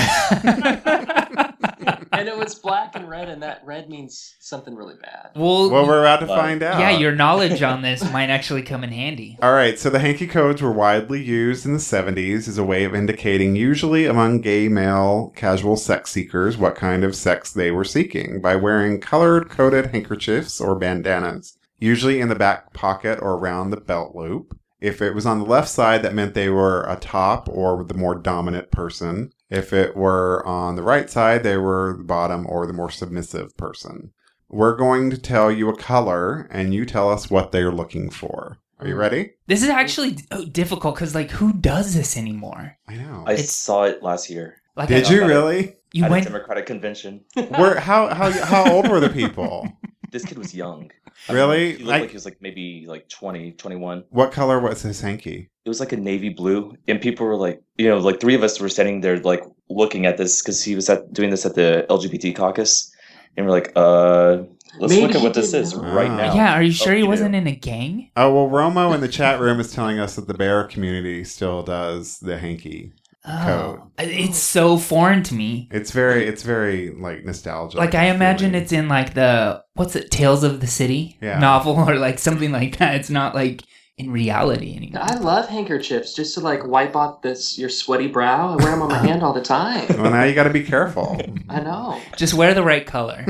Speaker 3: and it was black and red, and that red means something really bad.
Speaker 2: well,
Speaker 1: Well, we're about to
Speaker 4: Well,
Speaker 1: find out.
Speaker 2: yeah, your knowledge on this might actually come in handy.
Speaker 1: All right, so the hanky codes were widely used in the 70s as a way of indicating, usually among gay male casual sex seekers, what kind of sex they were seeking by wearing colored coded handkerchiefs or bandanas, usually in the back pocket or around the belt loop. If it was on the left side, that meant they were a top or the more dominant person. If it were on the right side, they were the bottom or the more submissive person. We're going to tell you a color and you tell us what they're looking for. Are you ready?
Speaker 2: This is actually oh, difficult because, like, who does this anymore?
Speaker 1: I know.
Speaker 4: I
Speaker 2: It's-
Speaker 4: saw it last year
Speaker 2: Like,
Speaker 1: Did
Speaker 2: I,
Speaker 1: you
Speaker 4: I-
Speaker 1: really?
Speaker 2: you
Speaker 4: at
Speaker 2: went
Speaker 4: a Democratic convention.
Speaker 1: <laughs> Were how how how old were the <laughs> people?
Speaker 4: This kid was young.
Speaker 1: <laughs> Really?
Speaker 4: He looked
Speaker 1: Like-
Speaker 4: like he was like maybe like 20, 21.
Speaker 1: What color was his hanky?
Speaker 4: It was like a navy blue, and people were like, you know, like three of us were standing there like looking at this because he was at, doing this at the LGBT caucus, and we're like, uh, let's
Speaker 3: Maybe
Speaker 4: look at
Speaker 3: he
Speaker 4: what this
Speaker 3: didn't
Speaker 4: is
Speaker 3: know.
Speaker 4: right
Speaker 1: Ah.
Speaker 4: now.
Speaker 2: Yeah, are you sure he
Speaker 4: you do.
Speaker 2: wasn't in a gang?
Speaker 1: Oh well, Romo in the chat room is telling us that the bear community still does the hanky.
Speaker 2: Oh, it's so foreign to me.
Speaker 1: It's very it's very like nostalgic.
Speaker 2: like I imagine
Speaker 1: feeling.
Speaker 2: it's in like the what's it Tales of the City
Speaker 1: Yeah.
Speaker 2: novel or like something like that. It's not like in reality anymore.
Speaker 3: I love handkerchiefs just to like wipe off this your sweaty brow. I wear them on my hand all the time.
Speaker 1: Well, now you got to
Speaker 2: <laughs>
Speaker 1: be careful.
Speaker 3: I know.
Speaker 2: Just wear the right <laughs> color.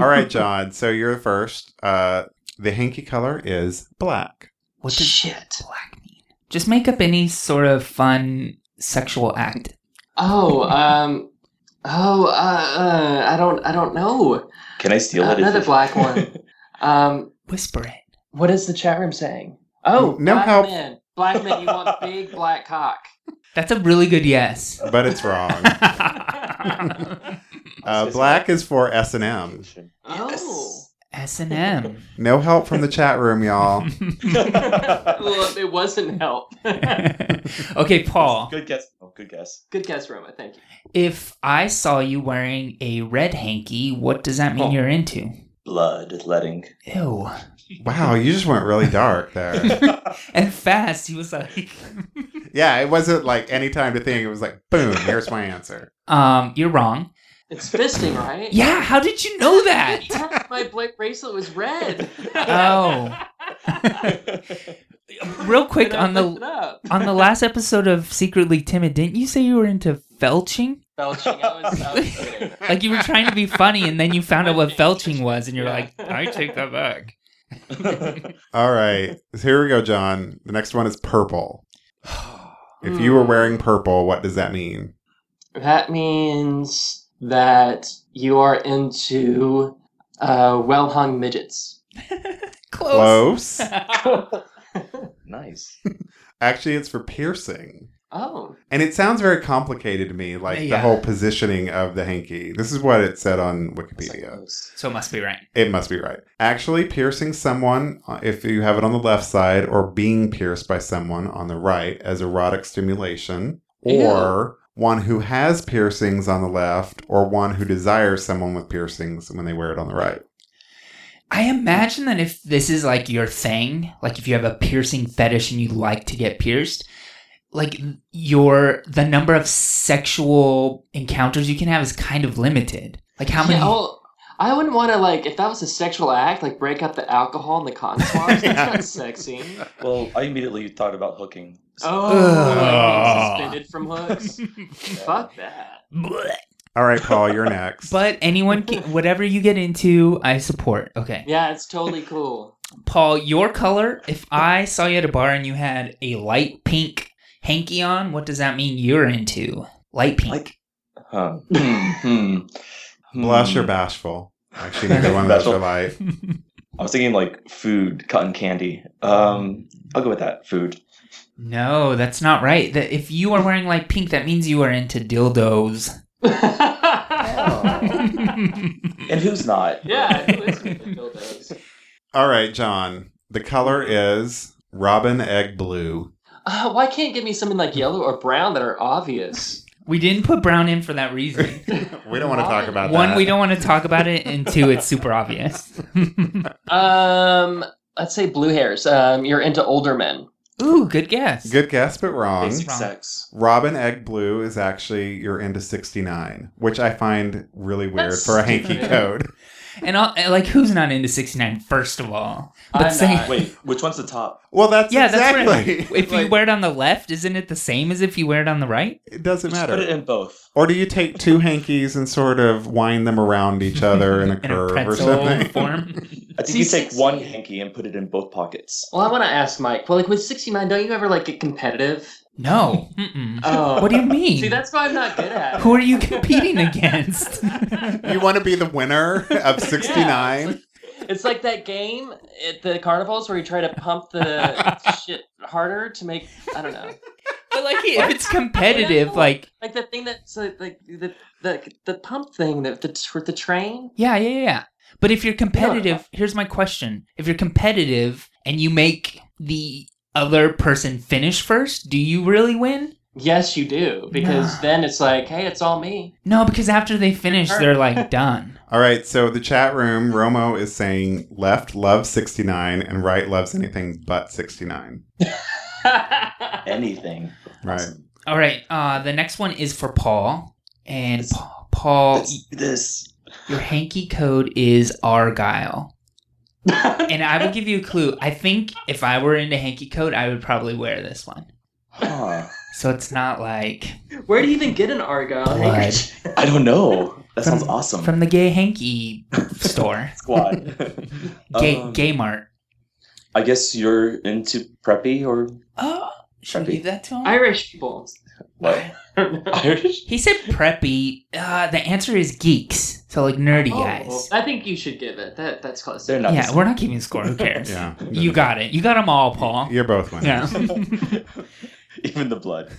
Speaker 1: All right, John. So you're the first. Uh, the hanky color is black.
Speaker 2: What does
Speaker 3: Shit.
Speaker 2: black mean? Just make up any sort of fun sexual act.
Speaker 3: Oh, um, oh, uh, uh, I don't, I don't know.
Speaker 4: Can I steal it?
Speaker 3: Another black
Speaker 4: <laughs>
Speaker 3: one. Um,
Speaker 2: Whisper it.
Speaker 3: what is the chat room saying? Oh,
Speaker 1: No
Speaker 3: black
Speaker 1: help.
Speaker 3: men, black men, you want big black cock?
Speaker 2: That's a really good yes. <laughs>
Speaker 1: but it's <laughs> wrong. Uh, black is for S and M.
Speaker 3: Oh,
Speaker 2: S and <laughs> M.
Speaker 1: No help from the chat room, <laughs> y'all.
Speaker 4: <laughs>
Speaker 3: <laughs> well, it wasn't help.
Speaker 2: okay, Paul.
Speaker 4: Good guess. Oh, good guess.
Speaker 3: Good guess, Roma. Thank you.
Speaker 2: If I saw you wearing a red hanky, what does that mean
Speaker 4: Oh.
Speaker 2: you're into?
Speaker 3: <laughs>
Speaker 4: Bloodletting.
Speaker 2: Ew.
Speaker 1: Wow, you just went really dark there.
Speaker 2: And fast, he was like,
Speaker 1: Yeah, it wasn't like any time to think. It was like, boom, here's my answer.
Speaker 2: um, you're wrong.
Speaker 3: It's fisting, right?
Speaker 2: Yeah, how did you know
Speaker 3: <laughs>
Speaker 2: that? <laughs>
Speaker 3: Yeah, My bla- bracelet was red. <laughs>
Speaker 2: Oh. Real quick
Speaker 3: And I
Speaker 2: on the
Speaker 3: looked it up.
Speaker 2: on the last episode of Secretly Timid, didn't you say you were into felching?
Speaker 3: belching. I was, I was kidding.
Speaker 2: Like you were trying to be funny, and then you found out what felching was, and you're
Speaker 3: Yeah.
Speaker 2: like, I take that back.
Speaker 1: All right, here we go, John. The next one is purple. If you were
Speaker 3: Hmm.
Speaker 1: wearing purple, what does that mean?
Speaker 3: That means that you are into uh, well hung midgets.
Speaker 2: <laughs>
Speaker 1: <laughs>
Speaker 3: Oh.
Speaker 2: Close.
Speaker 1: Close.
Speaker 4: <laughs>
Speaker 2: <laughs>
Speaker 4: nice.
Speaker 1: Actually, it's for piercing.
Speaker 3: Oh,
Speaker 1: And it sounds very complicated to me, like the
Speaker 2: Yeah.
Speaker 1: whole positioning of the hanky. This is what it said on
Speaker 4: That's like
Speaker 1: Wikipedia.
Speaker 4: close.
Speaker 2: so it must be right.
Speaker 1: It must be right. Actually, piercing someone, uh, if you have it on the left side, or being pierced by someone on the right as erotic stimulation, or one who has piercings on the left, or one who desires someone with piercings when they wear it on the right.
Speaker 2: I imagine that if this is like your thing, like if you have a piercing fetish and you like to get pierced, like your the number of sexual encounters you can have is kind of limited. Like how many?
Speaker 3: Yeah, oh, I wouldn't want to like if that was a sexual act, like break up the alcohol and
Speaker 1: <laughs>
Speaker 3: the consoles. That's
Speaker 1: Yeah. <laughs>
Speaker 3: not sexy.
Speaker 4: Well, I immediately thought about hooking.
Speaker 3: Oh,
Speaker 2: Ugh.
Speaker 3: like being suspended from hooks. Fuck that.
Speaker 2: Blech.
Speaker 1: All right, Paul, you're next.
Speaker 2: <laughs> But anyone, can, whatever you get into, I support. Okay,
Speaker 3: Yeah, it's totally cool.
Speaker 2: Paul, your color. If I saw you at a bar and you had a light pink hanky on, what does that mean you're into? Light pink.
Speaker 4: Like- Huh. Hmm. Hmm.
Speaker 1: Blush or bashful? Actually, neither one of those are light.
Speaker 4: I was thinking like food, cotton candy. Um, I'll go with that. Food.
Speaker 2: no, that's not right. That if you are wearing light pink, that means you are into dildos.
Speaker 3: <laughs>
Speaker 1: Oh.
Speaker 3: yeah,
Speaker 4: And who's not?
Speaker 3: who is with the dildos?
Speaker 1: All right, John. The color is robin egg blue.
Speaker 3: Uh, why can't you give me something like yellow or brown that are obvious?
Speaker 2: <laughs> we didn't put brown in for that reason.
Speaker 1: <laughs> We don't want to talk about
Speaker 2: One,
Speaker 1: that.
Speaker 2: we don't want to talk about it, and two, it's super obvious.
Speaker 3: Um, let's say blue hairs. Um, you're into older men.
Speaker 2: Ooh, good guess.
Speaker 1: Good guess, but wrong.
Speaker 4: Basic
Speaker 2: Wrong.
Speaker 4: sex.
Speaker 1: Robin Egg Blue is actually you're into 69, which I find really weird
Speaker 3: That's
Speaker 1: for a hanky
Speaker 3: stupid.
Speaker 1: code.
Speaker 2: And I'll, and, like, who's not into 69, first of all? But
Speaker 3: I'm
Speaker 2: say-
Speaker 3: not.
Speaker 4: Wait, which one's the top?
Speaker 1: Well, that's
Speaker 2: Yeah, that's
Speaker 1: exactly.
Speaker 2: If you
Speaker 1: Like,
Speaker 2: wear it on the left, isn't it the same as if you wear it on the right?
Speaker 1: it doesn't
Speaker 4: Just put it
Speaker 1: matter.
Speaker 4: in both.
Speaker 1: Or do you take two hankies and sort of wind them around each other in a
Speaker 2: <laughs> In a
Speaker 1: curve or
Speaker 2: pretzel
Speaker 1: something?
Speaker 2: form?
Speaker 4: I think
Speaker 3: See,
Speaker 4: you take one
Speaker 3: 60.
Speaker 4: hanky and put it in both pockets.
Speaker 3: Well, I want to ask Mike. Well, like with 69, don't you ever like get competitive?
Speaker 2: No.
Speaker 1: <laughs>
Speaker 2: Mm-mm.
Speaker 3: Oh,
Speaker 2: <laughs> What do you mean?
Speaker 3: <laughs> see, that's why I'm not good at. it.
Speaker 2: Who are you competing
Speaker 3: <laughs>
Speaker 2: against?
Speaker 1: You want to be the
Speaker 2: <laughs>
Speaker 1: winner of 69?
Speaker 3: Yeah, It's like that game at the carnivals where you try to pump the
Speaker 2: <laughs>
Speaker 3: shit harder to make. I don't know,
Speaker 2: but, like, if it's competitive, like,
Speaker 3: like the thing that's like, like the the the pump thing that the with the train.
Speaker 2: Yeah, yeah, yeah, yeah. But if you're competitive, here's my question. If you're competitive and you make the other person finish first, do you really win?
Speaker 3: Yes, you do
Speaker 2: <sighs>
Speaker 3: because then it's like, hey, it's all me. <laughs>
Speaker 2: No, because after they finish, they're like done.
Speaker 1: All right, so the chat room, Romo is saying left loves 69 and right loves anything but 69.
Speaker 4: Anything.
Speaker 1: Right.
Speaker 2: All right. Uh, the next one is for Paul. And
Speaker 4: It's-
Speaker 2: Pa- Paul,
Speaker 4: This. this.
Speaker 2: your hanky code is Argyle. And I will give you a clue. I think if I were into hanky code, I would probably wear this one.
Speaker 4: Huh.
Speaker 2: So it's not like
Speaker 3: Where do you even get an Argo?
Speaker 2: Blood.
Speaker 4: <laughs> I don't know. That sounds
Speaker 2: From-
Speaker 4: awesome.
Speaker 2: from the gay hanky store, <laughs>
Speaker 4: Squad.
Speaker 2: gay,
Speaker 4: Um,
Speaker 2: gay mart.
Speaker 4: I guess you're into preppy or
Speaker 2: Oh, should we
Speaker 4: Preppy.
Speaker 2: leave that to him?
Speaker 3: Irish people.
Speaker 4: what? <laughs>
Speaker 3: Oh,
Speaker 2: <laughs>
Speaker 4: Irish?
Speaker 2: he said preppy. Uh, the answer is geeks. So like nerdy
Speaker 3: Oh,
Speaker 2: guys.
Speaker 3: I think you should give it. That that's close.
Speaker 4: They're not.
Speaker 2: yeah, we're not keeping score. Who cares?
Speaker 1: Yeah.
Speaker 2: You got it. You got them all, Paul.
Speaker 1: You're both winning.
Speaker 2: Yeah.
Speaker 4: <laughs> Even the blood.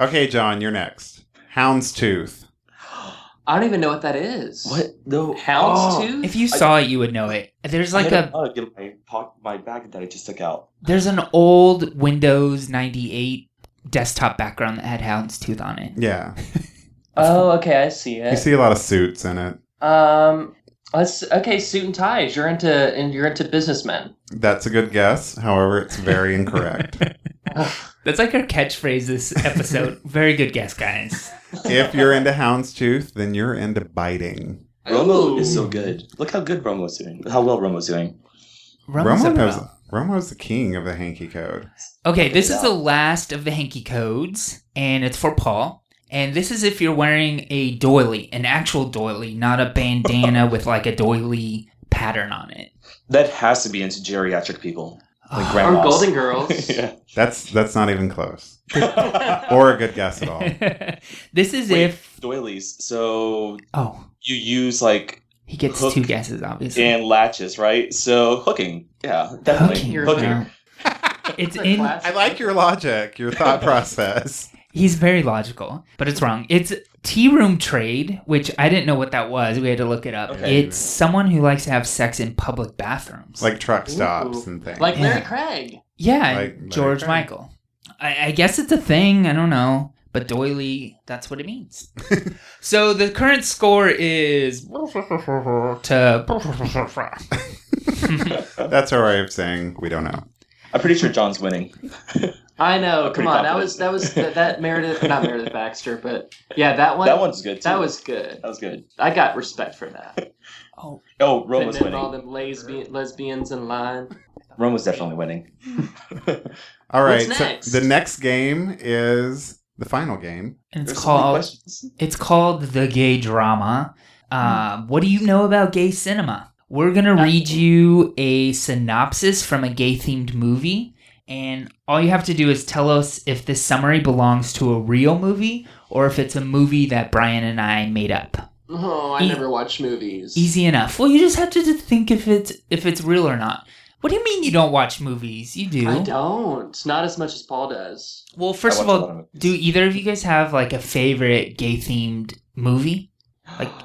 Speaker 1: Okay, John, you're next. Houndstooth.
Speaker 3: <gasps> I don't even know what that is.
Speaker 4: <laughs> What? No.
Speaker 3: Hounds
Speaker 4: Oh.
Speaker 3: too?
Speaker 2: if you saw it, you would know it. There's like
Speaker 4: I had
Speaker 2: a
Speaker 4: a bug in my pocket, my bag that I just took out.
Speaker 2: there's an old Windows 98 desktop background that had houndstooth on it.
Speaker 1: Yeah.
Speaker 3: Oh, okay, I see it.
Speaker 1: You see a lot of suits in it.
Speaker 3: um, let's okay, suit and ties. You're into and you're into businessmen.
Speaker 1: That's a good guess. However, it's
Speaker 3: <laughs>
Speaker 1: very incorrect.
Speaker 2: <laughs> That's like our catchphrase this episode. Very good guess, guys.
Speaker 1: if you're into houndstooth, then you're into biting.
Speaker 4: Romo is so
Speaker 3: Ooh.
Speaker 4: good. Look how good Romo's doing. How well Romo's doing.
Speaker 2: Roman's
Speaker 1: Romo
Speaker 2: up
Speaker 1: knows.
Speaker 2: well.
Speaker 1: Romo's the king of the hanky code.
Speaker 2: Okay, this is
Speaker 4: Yeah.
Speaker 2: the last of the hanky codes, and it's for Paul. And this is if you're wearing a doily, an actual doily, not a
Speaker 4: <laughs>
Speaker 2: bandana with like a doily pattern on it.
Speaker 4: That has to be into
Speaker 3: <laughs>
Speaker 4: geriatric people. Like
Speaker 3: Or
Speaker 4: grandmas.
Speaker 1: <laughs>
Speaker 3: Golden Girls.
Speaker 4: yeah.
Speaker 1: That's that's not even close,
Speaker 4: <laughs>
Speaker 1: or a good guess at all.
Speaker 2: Oh.
Speaker 3: <laughs>
Speaker 2: <laughs> this is
Speaker 4: Wait.
Speaker 2: if
Speaker 4: Doilies. So
Speaker 2: oh
Speaker 4: you use like
Speaker 2: he gets
Speaker 4: Hook
Speaker 2: two guesses obviously.
Speaker 4: and latches, right? So hooking. Yeah,
Speaker 3: <laughs>
Speaker 4: definitely.
Speaker 2: Hooking.
Speaker 3: You're-
Speaker 4: Hooking.
Speaker 2: Wow. it's in.
Speaker 1: I like your logic, your
Speaker 3: <laughs>
Speaker 1: thought process.
Speaker 2: He's very logical, but it's wrong. It's tea room trade, which I didn't know what that was. We had to look it up.
Speaker 4: Okay.
Speaker 2: It's someone who likes to have sex in public bathrooms.
Speaker 1: Like truck stops and things.
Speaker 3: like Larry
Speaker 2: Yeah.
Speaker 1: <laughs>
Speaker 3: Craig.
Speaker 2: yeah,
Speaker 1: like-
Speaker 2: and
Speaker 1: like-
Speaker 2: George
Speaker 1: okay.
Speaker 2: Michael. I, I guess it's a thing. I don't know, but doily, that's what it
Speaker 4: <laughs>
Speaker 2: means. so the current score is
Speaker 4: <laughs>
Speaker 2: to. Oh,
Speaker 1: That's our way of saying we don't know.
Speaker 4: I'm pretty sure John's winning.
Speaker 3: I know.
Speaker 4: I'm
Speaker 3: Come
Speaker 4: pretty
Speaker 3: on, that
Speaker 4: confident.
Speaker 3: was
Speaker 1: <laughs>
Speaker 3: that was that, that Meredith, not Meredith Baxter, but yeah, that one.
Speaker 4: that one's good. Too.
Speaker 3: That was good.
Speaker 4: that was good.
Speaker 3: I got respect for that.
Speaker 2: Oh,
Speaker 4: Oh,
Speaker 3: And
Speaker 4: Romo's
Speaker 3: then all
Speaker 4: winning.
Speaker 3: them lesbian lesbians in line.
Speaker 4: Romo's
Speaker 3: <laughs>
Speaker 4: definitely winning.
Speaker 1: All right.
Speaker 3: What's
Speaker 1: so
Speaker 3: next?
Speaker 1: the next game is the final game.
Speaker 2: and it's
Speaker 4: There's so many
Speaker 2: called
Speaker 4: questions.
Speaker 2: It's called The Gay Drama. Uh,
Speaker 4: Hmm.
Speaker 2: What do you know about gay cinema? We're going to read you a synopsis from a gay themed movie, and all you have to do is tell us if this summary belongs to a real movie or if it's a movie that Brian and I made up.
Speaker 3: <laughs> Oh, I
Speaker 2: E-
Speaker 3: never watch movies.
Speaker 2: Easy enough. Well, you just have to d- think if it's if it's real or not. What do you mean you don't watch movies? You do.
Speaker 3: I don't. Not as much as Paul does.
Speaker 2: Well,
Speaker 4: I
Speaker 2: first of
Speaker 4: watch a lot
Speaker 2: all,
Speaker 4: movies.
Speaker 2: do either of you guys have like a favorite gay themed movie?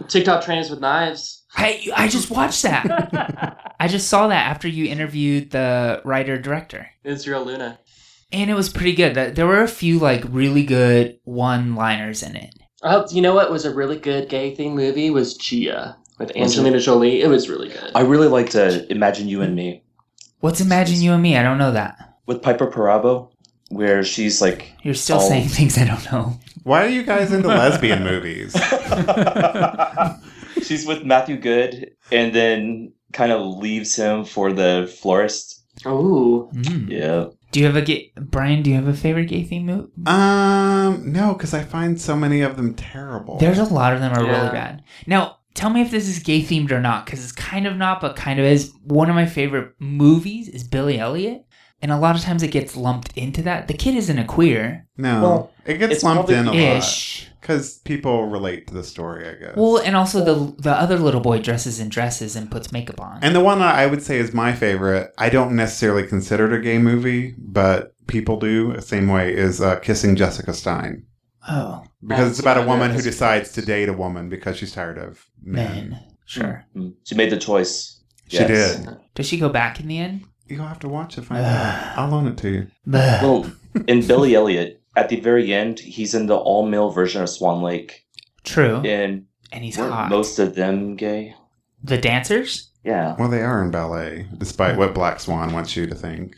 Speaker 3: TikTok trains with knives.
Speaker 2: I I just watched that.
Speaker 4: <laughs>
Speaker 2: I just saw that after you interviewed the writer director.
Speaker 3: Israel Luna.
Speaker 2: And it was pretty good. Th- There were a few like really good one liners in it.
Speaker 3: Oh, you know what was a really good gay thing movie was Gia with
Speaker 4: Was it?
Speaker 3: Angelina Jolie. It was really good.
Speaker 4: <laughs> I really like to imagine you and me
Speaker 2: What's Imagine You and Me? I don't know that.
Speaker 4: with Piper Parabo, where she's like. <laughs>
Speaker 2: You're still
Speaker 4: Oh.
Speaker 2: saying things I don't know.
Speaker 1: Why are you guys into
Speaker 3: <laughs>
Speaker 1: lesbian movies?
Speaker 4: she's with Matthew Good, and then kind of leaves him for the florist.
Speaker 3: Ooh,
Speaker 2: Mm.
Speaker 4: Yeah.
Speaker 2: Do you have a gay Brian? Do you have a favorite gay theme movie?
Speaker 1: Um, no, because I find so many of them terrible.
Speaker 2: There's a lot of them are really
Speaker 3: Yeah.
Speaker 2: bad. Now, tell me if this is gay themed or not, because it's kind of not, but kind of is. One of my favorite movies is Billy Elliot, and a lot of times it gets lumped into that. The kid isn't a queer
Speaker 1: no.
Speaker 4: Well,
Speaker 1: it gets
Speaker 4: it's
Speaker 1: lumped in a
Speaker 4: probably
Speaker 1: lot
Speaker 2: ish.
Speaker 1: because people relate to the story, I guess.
Speaker 2: Well, and also the the other little boy dresses in dresses and puts makeup on.
Speaker 1: And the one that I would say is my favorite, I don't necessarily consider it a gay movie, but people do the same way, is uh, Kissing Jessica Stein.
Speaker 2: oh,
Speaker 1: Because it's about a
Speaker 3: Yeah,
Speaker 1: woman who
Speaker 3: that's-
Speaker 1: decides to date a woman because she's tired of men.
Speaker 2: men. Sure.
Speaker 4: Mm. She made the choice.
Speaker 1: She
Speaker 4: Yes.
Speaker 1: did.
Speaker 2: Does she go back in the end?
Speaker 1: You'll have to watch it. Find out. I'll loan it to you.
Speaker 2: Ugh.
Speaker 4: Well, in Billy Elliot, at the very end, he's in the all male version of Swan Lake,
Speaker 2: True.
Speaker 4: and
Speaker 2: And he's
Speaker 4: weren't
Speaker 2: hot.
Speaker 4: most of them gay.
Speaker 2: the dancers?
Speaker 4: Yeah.
Speaker 1: Well, they are in ballet, despite what Black Swan wants you to think.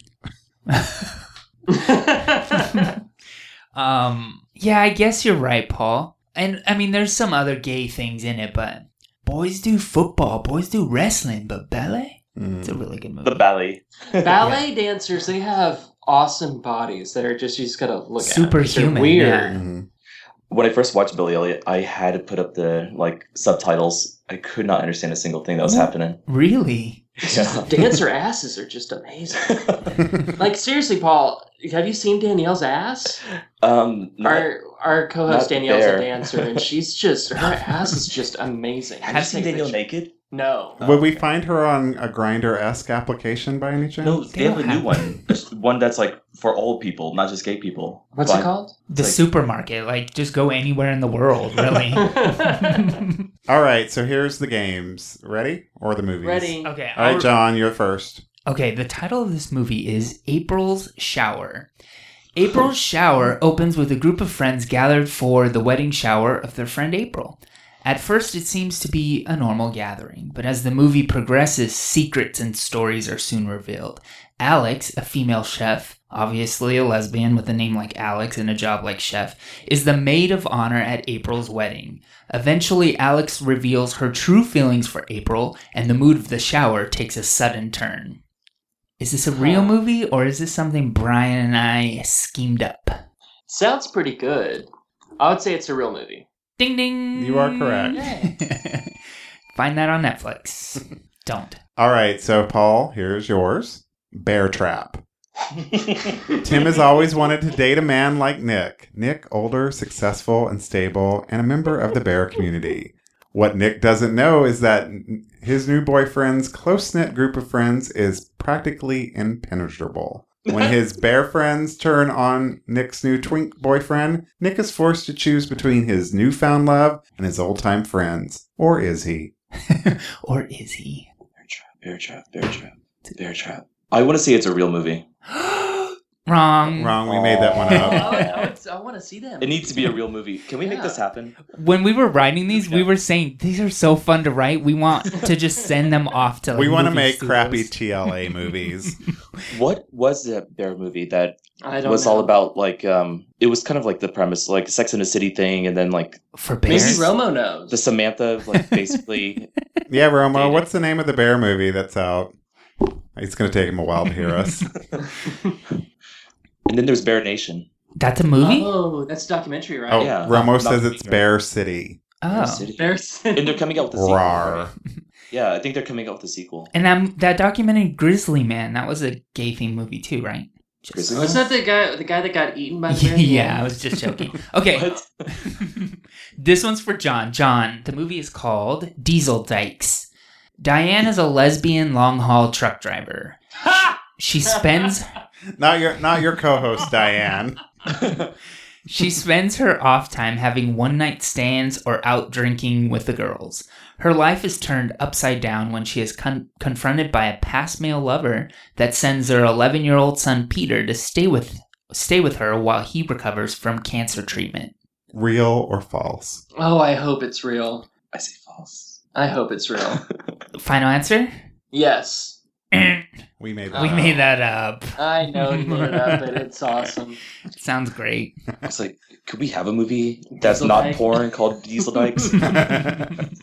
Speaker 2: um. Yeah, I guess you're right, Paul. And I mean, there's some other gay things in it, but boys do football, boys do wrestling, but ballet. It's
Speaker 1: Mm.
Speaker 2: a really good movie.
Speaker 4: The ballet.
Speaker 3: <laughs> ballet dancers. They have awesome bodies that are just you just gotta look at. They're
Speaker 1: <laughs>
Speaker 2: Superhuman, <laughs>
Speaker 3: Weird.
Speaker 2: yeah.
Speaker 1: Mhm.
Speaker 4: when I first watched Billy Elliot, I had to put up the like subtitles. I could not understand a single thing that was
Speaker 2: What?
Speaker 4: happening.
Speaker 2: Really?
Speaker 4: Yeah. <laughs>
Speaker 3: Dancer asses are just amazing. Like seriously, Paul, have you seen Danielle's ass?
Speaker 4: um, not-
Speaker 3: our our co-host
Speaker 4: not
Speaker 3: Danielle's
Speaker 4: there.
Speaker 3: a dancer,
Speaker 4: <laughs>
Speaker 3: and she's just her ass is just amazing. I
Speaker 4: have you
Speaker 3: just
Speaker 4: seen
Speaker 3: think
Speaker 4: Daniel
Speaker 3: that she-
Speaker 4: naked?
Speaker 3: No,
Speaker 1: Would we find her on a grinder esque application by any chance?
Speaker 4: No, they have a
Speaker 2: don't
Speaker 4: new
Speaker 2: have-
Speaker 4: one. There's one that's like for old people, not just gay people.
Speaker 3: what's
Speaker 4: But-
Speaker 3: it
Speaker 4: <laughs>
Speaker 3: called? <laughs>
Speaker 2: The
Speaker 4: Like-
Speaker 2: supermarket. Like, just go anywhere in the world,
Speaker 4: <laughs>
Speaker 2: really. <laughs>
Speaker 1: All right, so here's the games. Ready? Or the movies?
Speaker 3: Ready?
Speaker 2: okay.
Speaker 1: All right,
Speaker 2: I'll-
Speaker 1: John, you're first.
Speaker 2: Okay, the title of this movie is April's Shower. April's Shower opens with a group of friends gathered for the wedding shower of their friend April. At first, it seems to be a normal gathering, but as the movie progresses, secrets and stories are soon revealed. Alex, a female chef, obviously a lesbian with a name like Alex and a job like chef, is the maid of honor at April's wedding. Eventually, Alex reveals her true feelings for April, and the mood of the shower takes a sudden turn. Is this a real
Speaker 3: Huh.
Speaker 2: movie, or is this something Brian and I schemed up?
Speaker 3: Sounds pretty good. I would say it's a real movie.
Speaker 2: Ding ding!
Speaker 1: You are correct.
Speaker 2: <laughs> Find that on Netflix.
Speaker 1: <laughs>
Speaker 2: Don't.
Speaker 1: All right, so Paul, here's yours Bear Trap. Tim has always wanted to date a man like Nick. Nick, older, successful, and stable, and a member of the bear community. What Nick doesn't know is that n- his new boyfriend's close knit group of friends is practically impenetrable. When his bear friends turn on Nick's new twink boyfriend, Nick is forced to choose between his newfound love and his old time friends. Or is he?
Speaker 2: Or is he?
Speaker 4: Bear trap, bear trap, bear trap, bear trap. I want to say it's a real movie.
Speaker 2: <gasps> Wrong.
Speaker 1: Wrong, we made that one
Speaker 3: Oh,
Speaker 1: up.
Speaker 3: I, would- I want to see them.
Speaker 4: It needs to be a real movie. Can we make this happen?
Speaker 2: When we were writing these, we
Speaker 4: Yeah.
Speaker 2: were saying these are so fun to write. We want to just send them off to. Like,
Speaker 1: We want to
Speaker 2: movie
Speaker 1: make
Speaker 2: studios.
Speaker 1: crappy TLA movies.
Speaker 4: What was that bear movie that
Speaker 3: I don't
Speaker 4: was
Speaker 3: know.
Speaker 4: all about? Like, um, it was kind of like the premise, like Sex in the City thing, and then like
Speaker 2: for
Speaker 3: Maybe
Speaker 2: bears.
Speaker 3: Romo knows.
Speaker 4: the Samantha,
Speaker 3: <laughs>
Speaker 4: like basically.
Speaker 1: Yeah, Romo,
Speaker 4: Dated.
Speaker 1: what's the name of the bear movie that's out? It's going to take him a while to
Speaker 4: <laughs>
Speaker 1: hear us.
Speaker 4: and then there's Bear Nation.
Speaker 2: That's a movie.
Speaker 3: Oh, that's a documentary, right?
Speaker 1: Oh,
Speaker 4: Uh, Yeah.
Speaker 1: Romo
Speaker 4: Not-
Speaker 1: says
Speaker 4: not-
Speaker 1: it's Bear City.
Speaker 4: Bear
Speaker 2: Oh,
Speaker 4: City.
Speaker 3: There's
Speaker 4: And they're coming out with a sequel.
Speaker 1: Rar.
Speaker 4: Yeah, I think they're coming out with a sequel.
Speaker 2: and that that documentary Grizzly Man. That was a gay themed movie too, right?
Speaker 4: Grizzly
Speaker 3: was that the guy the guy that got eaten by
Speaker 2: <laughs>
Speaker 3: the bear?
Speaker 2: yeah, I was just <laughs> joking. Okay,
Speaker 4: What? <laughs>
Speaker 2: <laughs> this one's for John. John, the movie is called Diesel Dykes. Diane is a lesbian long haul truck driver.
Speaker 3: Ha!
Speaker 2: She spends
Speaker 1: Not your not your
Speaker 4: <laughs>
Speaker 1: co-host Diane.
Speaker 2: She spends her off time having one night stands or out drinking with the girls. Her life is turned upside down when she is con- confronted by a past male lover that sends her 11 year old son Peter to stay with stay with her while he recovers from cancer treatment.
Speaker 1: Real or false?
Speaker 3: Oh, I hope it's real.
Speaker 4: I say false.
Speaker 3: I hope it's
Speaker 4: <laughs>
Speaker 3: real.
Speaker 2: Final answer? <clears throat>
Speaker 3: yes.
Speaker 2: we
Speaker 1: We made
Speaker 3: Uh,
Speaker 2: made that up.
Speaker 3: I know you made it up, but it's awesome.
Speaker 2: Sounds great.
Speaker 4: I was like, could we have a movie that's
Speaker 3: Diesel
Speaker 4: not
Speaker 3: Dyke.
Speaker 4: porn called
Speaker 3: <laughs>
Speaker 4: Diesel Dykes?
Speaker 1: that. <laughs>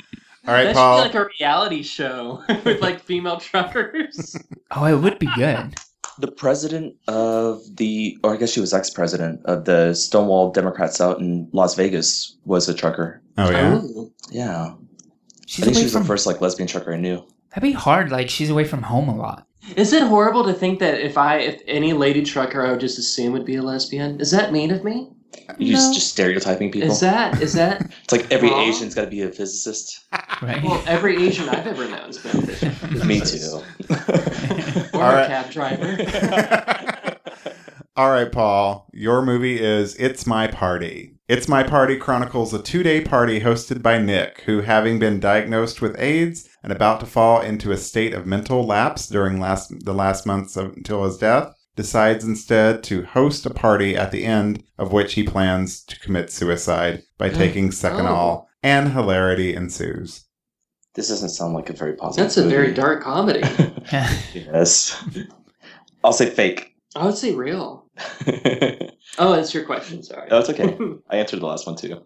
Speaker 1: All right,
Speaker 3: that
Speaker 1: Paul.
Speaker 3: should be like a reality show <laughs> with like female
Speaker 2: <laughs>
Speaker 3: truckers.
Speaker 2: Oh, it would be
Speaker 1: <laughs>
Speaker 2: good.
Speaker 4: the president of the, or I guess she was ex-president of the Stonewall Democrats out in Las Vegas was a trucker.
Speaker 1: oh yeah.
Speaker 3: Ooh.
Speaker 4: Yeah, I
Speaker 2: She's
Speaker 4: think
Speaker 2: away
Speaker 4: she was
Speaker 2: from,
Speaker 4: the first like lesbian trucker I knew.
Speaker 2: That'd be hard. Like, she's away from home a lot.
Speaker 3: Is it horrible to think that if I if any lady trucker I would just assume would be a lesbian? Is that mean of me?
Speaker 4: You just
Speaker 2: No.
Speaker 4: just stereotyping people.
Speaker 3: Is that is that
Speaker 1: <laughs>
Speaker 4: it's like every
Speaker 3: wrong?
Speaker 4: Asian's got to be a physicist.
Speaker 2: Right?
Speaker 3: well every Asian I've ever known is been
Speaker 4: <laughs> Me
Speaker 2: <laughs>
Speaker 4: too.
Speaker 3: Or
Speaker 1: All
Speaker 3: a
Speaker 1: right.
Speaker 3: cab driver.
Speaker 1: <laughs> All right, Paul. Your movie is It's My Party. It's My Party chronicles a two day party hosted by Nick, who, having been diagnosed with AIDS and about to fall into a state of mental lapse during last, the last months of, until his death, decides instead to host a party at the end of which he plans to commit suicide by
Speaker 3: Mm.
Speaker 1: taking Seconal,
Speaker 3: Oh.
Speaker 1: and hilarity ensues.
Speaker 4: <laughs> This doesn't sound like a very positive.
Speaker 3: That's a very
Speaker 4: movie.
Speaker 3: dark comedy.
Speaker 4: <laughs> Yes. I'll say fake. <laughs>
Speaker 3: I would say real.
Speaker 4: no,
Speaker 3: Oh, that's your question. Sorry. <laughs>
Speaker 4: it's okay. I answered the last one too.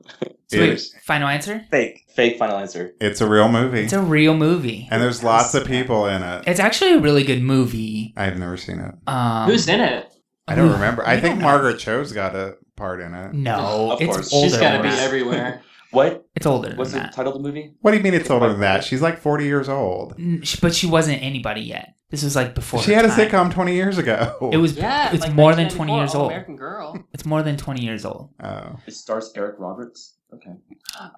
Speaker 2: So wait,
Speaker 1: It-
Speaker 2: final answer?
Speaker 4: Fake. Fake final answer.
Speaker 1: It's a real movie,
Speaker 2: It's a real movie.
Speaker 1: and there's lots of people in it.
Speaker 2: It's actually a really good movie.
Speaker 1: I've never seen it.
Speaker 2: Um,
Speaker 3: Who's in it?
Speaker 1: I don't
Speaker 2: We-
Speaker 1: remember. I
Speaker 2: we
Speaker 1: think
Speaker 2: don't know.
Speaker 1: Margaret Cho's got a part in it.
Speaker 2: No,
Speaker 4: Of
Speaker 2: it's
Speaker 4: course.
Speaker 2: older.
Speaker 3: She's got
Speaker 2: than
Speaker 3: to be
Speaker 2: that.
Speaker 1: <laughs>
Speaker 3: everywhere.
Speaker 4: What
Speaker 2: It's older than
Speaker 4: was the
Speaker 2: that.
Speaker 4: title of the movie?
Speaker 1: What do you mean it's older than that? She's like 40 years old.
Speaker 2: N- she- But she wasn't anybody yet. This was like before.
Speaker 1: She
Speaker 2: her
Speaker 1: had a
Speaker 2: time.
Speaker 1: sitcom 20 years ago.
Speaker 2: It was.
Speaker 3: yeah,
Speaker 2: it's
Speaker 3: like
Speaker 2: more than
Speaker 3: 1994,
Speaker 2: 20 years
Speaker 3: All
Speaker 2: old.
Speaker 3: American Girl.
Speaker 2: It's more than twenty years old.
Speaker 1: <laughs> Oh.
Speaker 4: It stars Eric Roberts. Okay.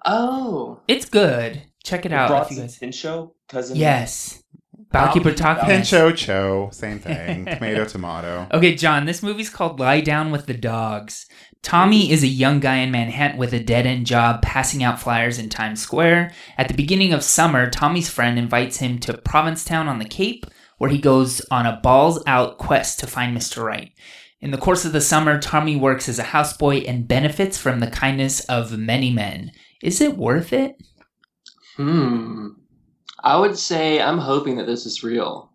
Speaker 3: Oh,
Speaker 2: It's good. Check it out if you
Speaker 4: Bronson's
Speaker 2: guys.
Speaker 4: Pinchot cousin.
Speaker 2: Yes, Balky Bartakis.
Speaker 1: Pincho Cho, same
Speaker 2: <laughs>
Speaker 1: thing. tomato, tomato.
Speaker 2: Okay, John. This movie's called "Lie Down with the Dogs." Tommy is a young guy in Manhattan with a dead-end job passing out flyers in Times Square. At the beginning of summer, Tommy's friend invites him to Provincetown on the Cape, where he goes on a balls-out quest to find Mr. Right. In the course of the summer, Tommy works as a houseboy and benefits from the kindness of many men. Is it worth it?
Speaker 3: hmm. I would say I'm hoping that this is real.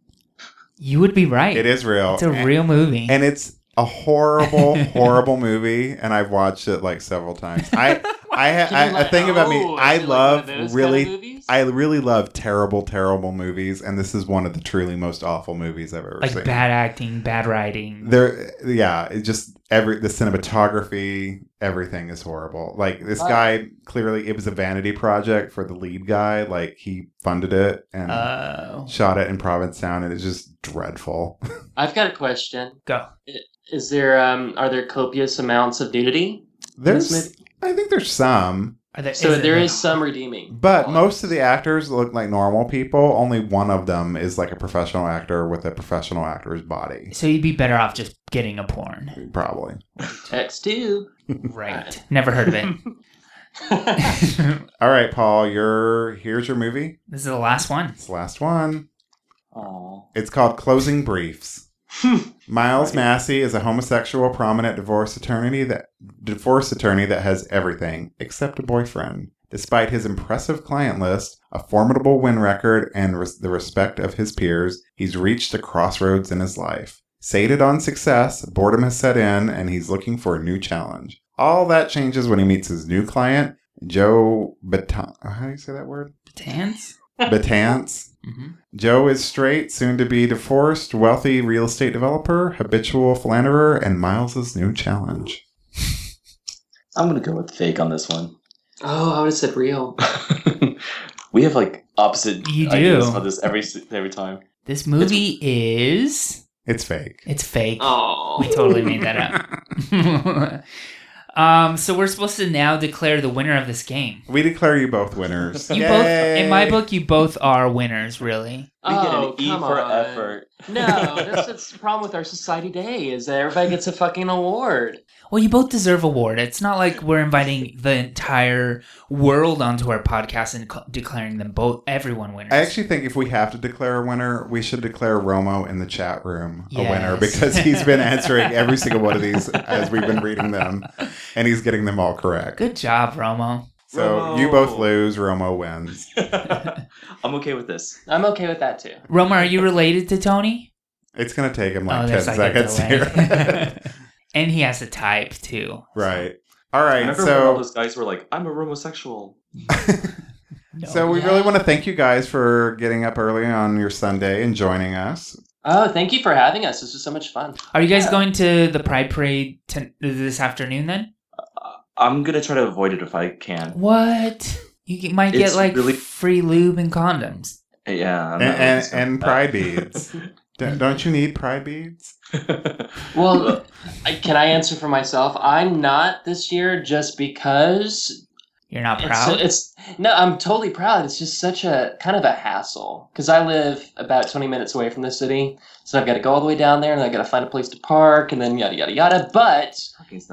Speaker 2: You would be right.
Speaker 1: It is real.
Speaker 2: It's a
Speaker 1: And-
Speaker 2: real movie.
Speaker 1: And it's a horrible,
Speaker 2: <laughs>
Speaker 1: horrible movie, and I've watched it like several times.
Speaker 2: <laughs>
Speaker 1: I, I, I,
Speaker 3: Do you
Speaker 1: a thing about me,
Speaker 3: oh,
Speaker 1: I
Speaker 3: is it like
Speaker 1: love
Speaker 3: one of those kind of
Speaker 1: really,
Speaker 3: movies?
Speaker 1: I really love terrible, terrible movies, and this is one of the truly most awful movies I've ever
Speaker 2: like
Speaker 1: seen.
Speaker 2: bad acting, bad writing.
Speaker 1: there, yeah, it just every the cinematography, everything is horrible. Like this
Speaker 3: Wow.
Speaker 1: guy, clearly, it was a vanity project for the lead guy. Like he funded it and
Speaker 2: Oh,
Speaker 1: shot it in Provincetown, and it's just dreadful.
Speaker 3: I've got a question.
Speaker 2: Go.
Speaker 3: Is there um are there copious amounts of nudity?
Speaker 1: There's,
Speaker 3: movie-
Speaker 1: I think there's some.
Speaker 2: Are there,
Speaker 3: So
Speaker 2: it
Speaker 3: there
Speaker 2: like-
Speaker 3: is some redeeming.
Speaker 1: But
Speaker 3: quality.
Speaker 1: most of the actors look like normal people. Only one of them is like a professional actor with a professional actor's body,
Speaker 2: So you'd be better off just getting a
Speaker 3: <laughs>
Speaker 2: porn,
Speaker 1: probably.
Speaker 3: text too.
Speaker 2: right? Never heard of it. <laughs>
Speaker 1: All right, Paul, your here's your movie.
Speaker 2: this is the last one.
Speaker 1: It's the last one.
Speaker 4: Aww.
Speaker 1: It's called Closing Briefs. Miles Massey is a homosexual prominent divorce attorney that divorce attorney that has everything except a boyfriend. Despite his impressive client list, a formidable win record, and res- the respect of his peers, he's reached a crossroads in his life. Sated on success, boredom has set in, and he's looking for a new challenge. All that changes when he meets his new client, Joe Batan. How do you say that word?
Speaker 2: Dance.
Speaker 1: Batance.
Speaker 2: hmm
Speaker 1: Joe is straight, soon to be divorced, wealthy real estate developer, habitual philanderer, and Miles's new challenge. <laughs>
Speaker 4: I'm gonna go with fake on this one. <laughs>
Speaker 3: oh, I would have
Speaker 1: <laughs>
Speaker 3: said real.
Speaker 4: we have like opposite
Speaker 2: You
Speaker 4: ideas
Speaker 2: do.
Speaker 4: about this every s- every time.
Speaker 2: This movie is
Speaker 1: It's fake.
Speaker 2: it's fake. We
Speaker 3: Oh,
Speaker 2: totally made that up. <laughs> um, so we're supposed to now declare the winner of this game.
Speaker 1: We declare you both winners.
Speaker 2: You both,
Speaker 1: Yay.
Speaker 2: in my book, you both are winners. Really,
Speaker 4: We get an
Speaker 3: oh,
Speaker 4: E
Speaker 3: come
Speaker 4: for
Speaker 1: <laughs>
Speaker 3: on.
Speaker 4: <laughs> effort.
Speaker 3: No, that's, that's the problem with our society today is that everybody gets a fucking award.
Speaker 2: Well, you both deserve award. It's not like we're inviting the entire world onto our podcast and co- declaring them both everyone winners.
Speaker 1: I actually think if we have to declare a winner, we should declare Romo in the chat room a
Speaker 2: Yes.
Speaker 1: winner because he's
Speaker 2: <laughs>
Speaker 1: been answering every single one of these as we've been reading them, and he's getting them all correct.
Speaker 2: Good job, Romo.
Speaker 1: So
Speaker 4: Romo.
Speaker 1: you both lose, Romo wins.
Speaker 4: I'm okay with this.
Speaker 3: I'm okay with that too.
Speaker 2: Romo, are you related to Tony?
Speaker 1: It's going to take him
Speaker 2: Oh,
Speaker 1: like 10
Speaker 2: there's like a
Speaker 1: seconds
Speaker 2: delay.
Speaker 1: here. <laughs>
Speaker 2: And he has a type too.
Speaker 1: right. All right.
Speaker 4: Remember
Speaker 1: So
Speaker 4: when all those guys were like, "I'm a homosexual."
Speaker 2: No.
Speaker 1: So we
Speaker 3: Yeah.
Speaker 1: really want to thank you guys for getting up early on your Sunday and joining us.
Speaker 3: Oh, thank you for having us. This was so much fun.
Speaker 2: are you guys
Speaker 3: Yeah.
Speaker 2: going to the Pride Parade t- this afternoon then?
Speaker 4: I'm gonna try to avoid it if I can.
Speaker 2: What? You get- might
Speaker 4: It's
Speaker 2: get like
Speaker 4: really-
Speaker 2: free lube and condoms.
Speaker 4: Yeah,
Speaker 1: And,
Speaker 4: I'm not
Speaker 1: and,
Speaker 4: really
Speaker 1: and
Speaker 4: <laughs>
Speaker 1: pride beads.
Speaker 2: Mm-hmm.
Speaker 1: Don't don't you need pride beads?
Speaker 3: Well, I- can I answer for myself? I'm not this year just because
Speaker 2: You're not
Speaker 3: it's,
Speaker 2: proud?
Speaker 3: it's no, I'm totally proud. It's just such a kind of a hassle because I live about 20 minutes away from the city, so I've got to go all the way down there and I got to find a place to park and then yada yada yada. But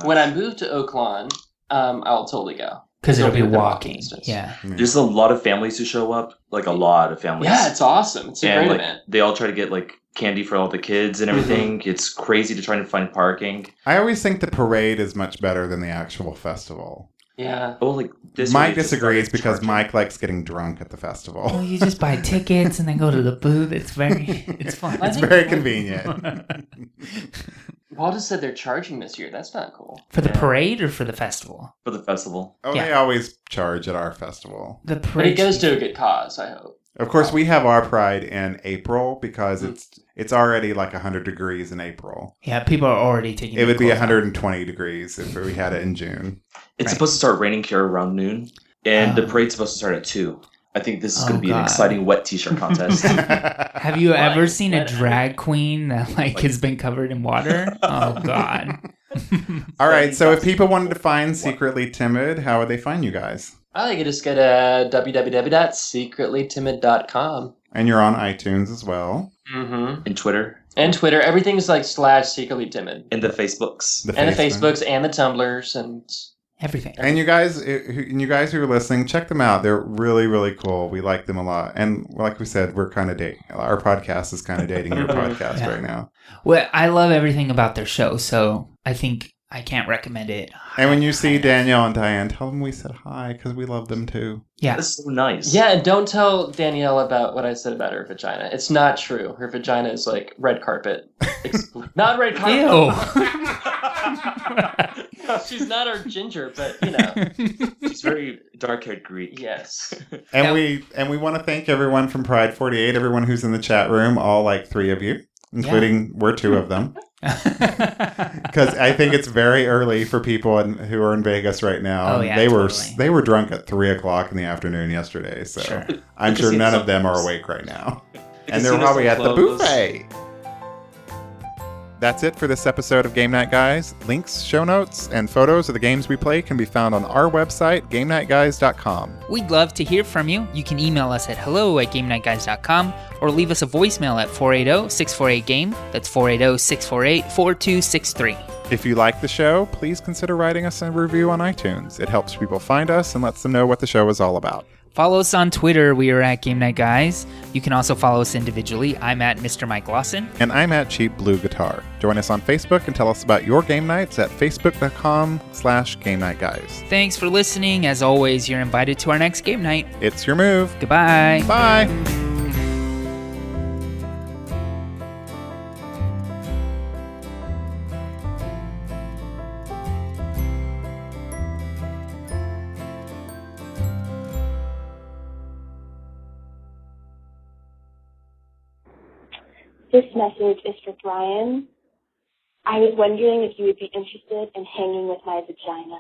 Speaker 3: when I move to Oakland, um, I'll totally go.
Speaker 2: Because it'll be
Speaker 3: Within walking
Speaker 2: walking.
Speaker 3: distance.
Speaker 2: Yeah.
Speaker 4: there's a lot of families who show up, like a lot of families.
Speaker 3: Yeah, it's awesome. It's a
Speaker 4: and
Speaker 3: great
Speaker 4: like
Speaker 3: event.
Speaker 4: they all try to get like candy for all the kids and everything. It's crazy to try to find parking.
Speaker 1: I always think the parade is much better than the actual festival.
Speaker 3: Yeah.
Speaker 4: Oh, like this.
Speaker 1: Mike
Speaker 4: way they just
Speaker 1: disagrees
Speaker 4: started
Speaker 1: because
Speaker 4: charging.
Speaker 1: Mike likes getting drunk at the
Speaker 2: Well,
Speaker 1: festival.
Speaker 2: you just
Speaker 1: <laughs>
Speaker 2: buy tickets and then go to the booth. It's very, it's fun.
Speaker 1: it's very convenient.
Speaker 3: Paul just said they're charging this year. That's not cool.
Speaker 2: <laughs> For the
Speaker 4: Yeah.
Speaker 2: parade or for the festival?
Speaker 4: for the festival.
Speaker 1: Oh,
Speaker 2: Yeah.
Speaker 1: they always charge at our festival.
Speaker 2: The
Speaker 3: But
Speaker 2: parade.
Speaker 3: it goes to a good cause, I hope.
Speaker 1: Of course, we have our pride in April because it's it's already like 100 degrees in April.
Speaker 2: Yeah, people are already taking.
Speaker 1: It
Speaker 2: their
Speaker 1: would be
Speaker 2: clothes off.
Speaker 1: 120 degrees if we had it in
Speaker 2: <laughs>
Speaker 1: June. <laughs>
Speaker 4: It's
Speaker 2: Right.
Speaker 4: supposed to start raining here around noon, and the
Speaker 2: Ah.
Speaker 4: parade's supposed to start at two. I think this is
Speaker 2: Oh,
Speaker 4: going to be
Speaker 2: God.
Speaker 4: an exciting wet T-shirt
Speaker 2: <laughs>
Speaker 4: contest.
Speaker 2: Have you
Speaker 4: Like,
Speaker 2: ever seen a
Speaker 4: what-
Speaker 2: drag queen that like has been covered in water? Oh God. <laughs>
Speaker 1: All right, so if people wanted to find Secretly Timid, how would they find you guys?
Speaker 3: I think you just go to www.secretlytimid.com.
Speaker 1: And you're on iTunes as well.
Speaker 3: Mm-hmm.
Speaker 4: in Twitter,
Speaker 3: And Twitter, everything's like slash secretly timid.
Speaker 4: in the Facebooks,
Speaker 1: The
Speaker 3: And the
Speaker 1: Facebook.
Speaker 3: Facebooks and the Tumblrs and
Speaker 2: Everything.
Speaker 1: And you guys, eh, who- and you guys who are listening, check them out. They're really, really cool. We like them a lot. And like we said, we're kind of dating. Our podcast is kind of dating your podcast
Speaker 2: Yeah.
Speaker 1: right now.
Speaker 2: Well, I love everything about their show, so I think I can't recommend it.
Speaker 1: And when you see
Speaker 2: enough.
Speaker 1: Danielle and Diane, tell them we said hi because we love them too.
Speaker 2: Yeah.
Speaker 4: that's so nice.
Speaker 3: Yeah, and don't tell Danielle about what I said about her vagina. It's not true. Her vagina is like red carpet. Ex- <laughs> not red carpet. She's not our ginger, but you
Speaker 2: <laughs>
Speaker 3: know.
Speaker 2: Ew.
Speaker 4: she's very dark-haired Greek.
Speaker 3: Yes.
Speaker 1: And
Speaker 2: Yeah.
Speaker 1: we and we want to thank everyone from Pride 48, everyone who's in the chat room, all like three of you, including we're two of them.
Speaker 2: <laughs>
Speaker 1: Because I think it's very early for people in, who are in Vegas right now.
Speaker 2: Oh,
Speaker 1: and
Speaker 2: yeah,
Speaker 1: they were
Speaker 2: totally.
Speaker 1: they were drunk at three o'clock in the afternoon yesterday. So
Speaker 2: Sure.
Speaker 1: I'm
Speaker 4: The
Speaker 1: sure none
Speaker 4: casinos
Speaker 1: of them are
Speaker 4: closed.
Speaker 1: awake right now.
Speaker 4: The
Speaker 1: and they're
Speaker 4: casinos
Speaker 1: probably
Speaker 4: are
Speaker 1: at the
Speaker 4: closed.
Speaker 1: buffet. That's it for this episode of Game Night Guys. Links, show notes, and photos of the games we play can be found on our website, GameNightGuys.com.
Speaker 2: We'd love to hear from you. You can email us at hello at GameNightGuys.com or leave us a voicemail at 480 648 GAME. That's 480 648 4263.
Speaker 1: If you like the show, please consider writing us a review on iTunes. It helps people find us and lets them know what the show is all about.
Speaker 2: Follow us on Twitter. We are at Game Night Guys. You can also follow us individually. I'm at Mr. Mike Lawson.
Speaker 1: And I'm at Cheap Blue Guitar. Join us on Facebook and tell us about your game nights at facebook.com slash game night guys.
Speaker 2: Thanks for listening. As always, you're invited to our next game night.
Speaker 1: It's your move.
Speaker 2: Goodbye.
Speaker 1: Bye.
Speaker 5: This message is for Brian. I was wondering if you would be interested in hanging with my vagina.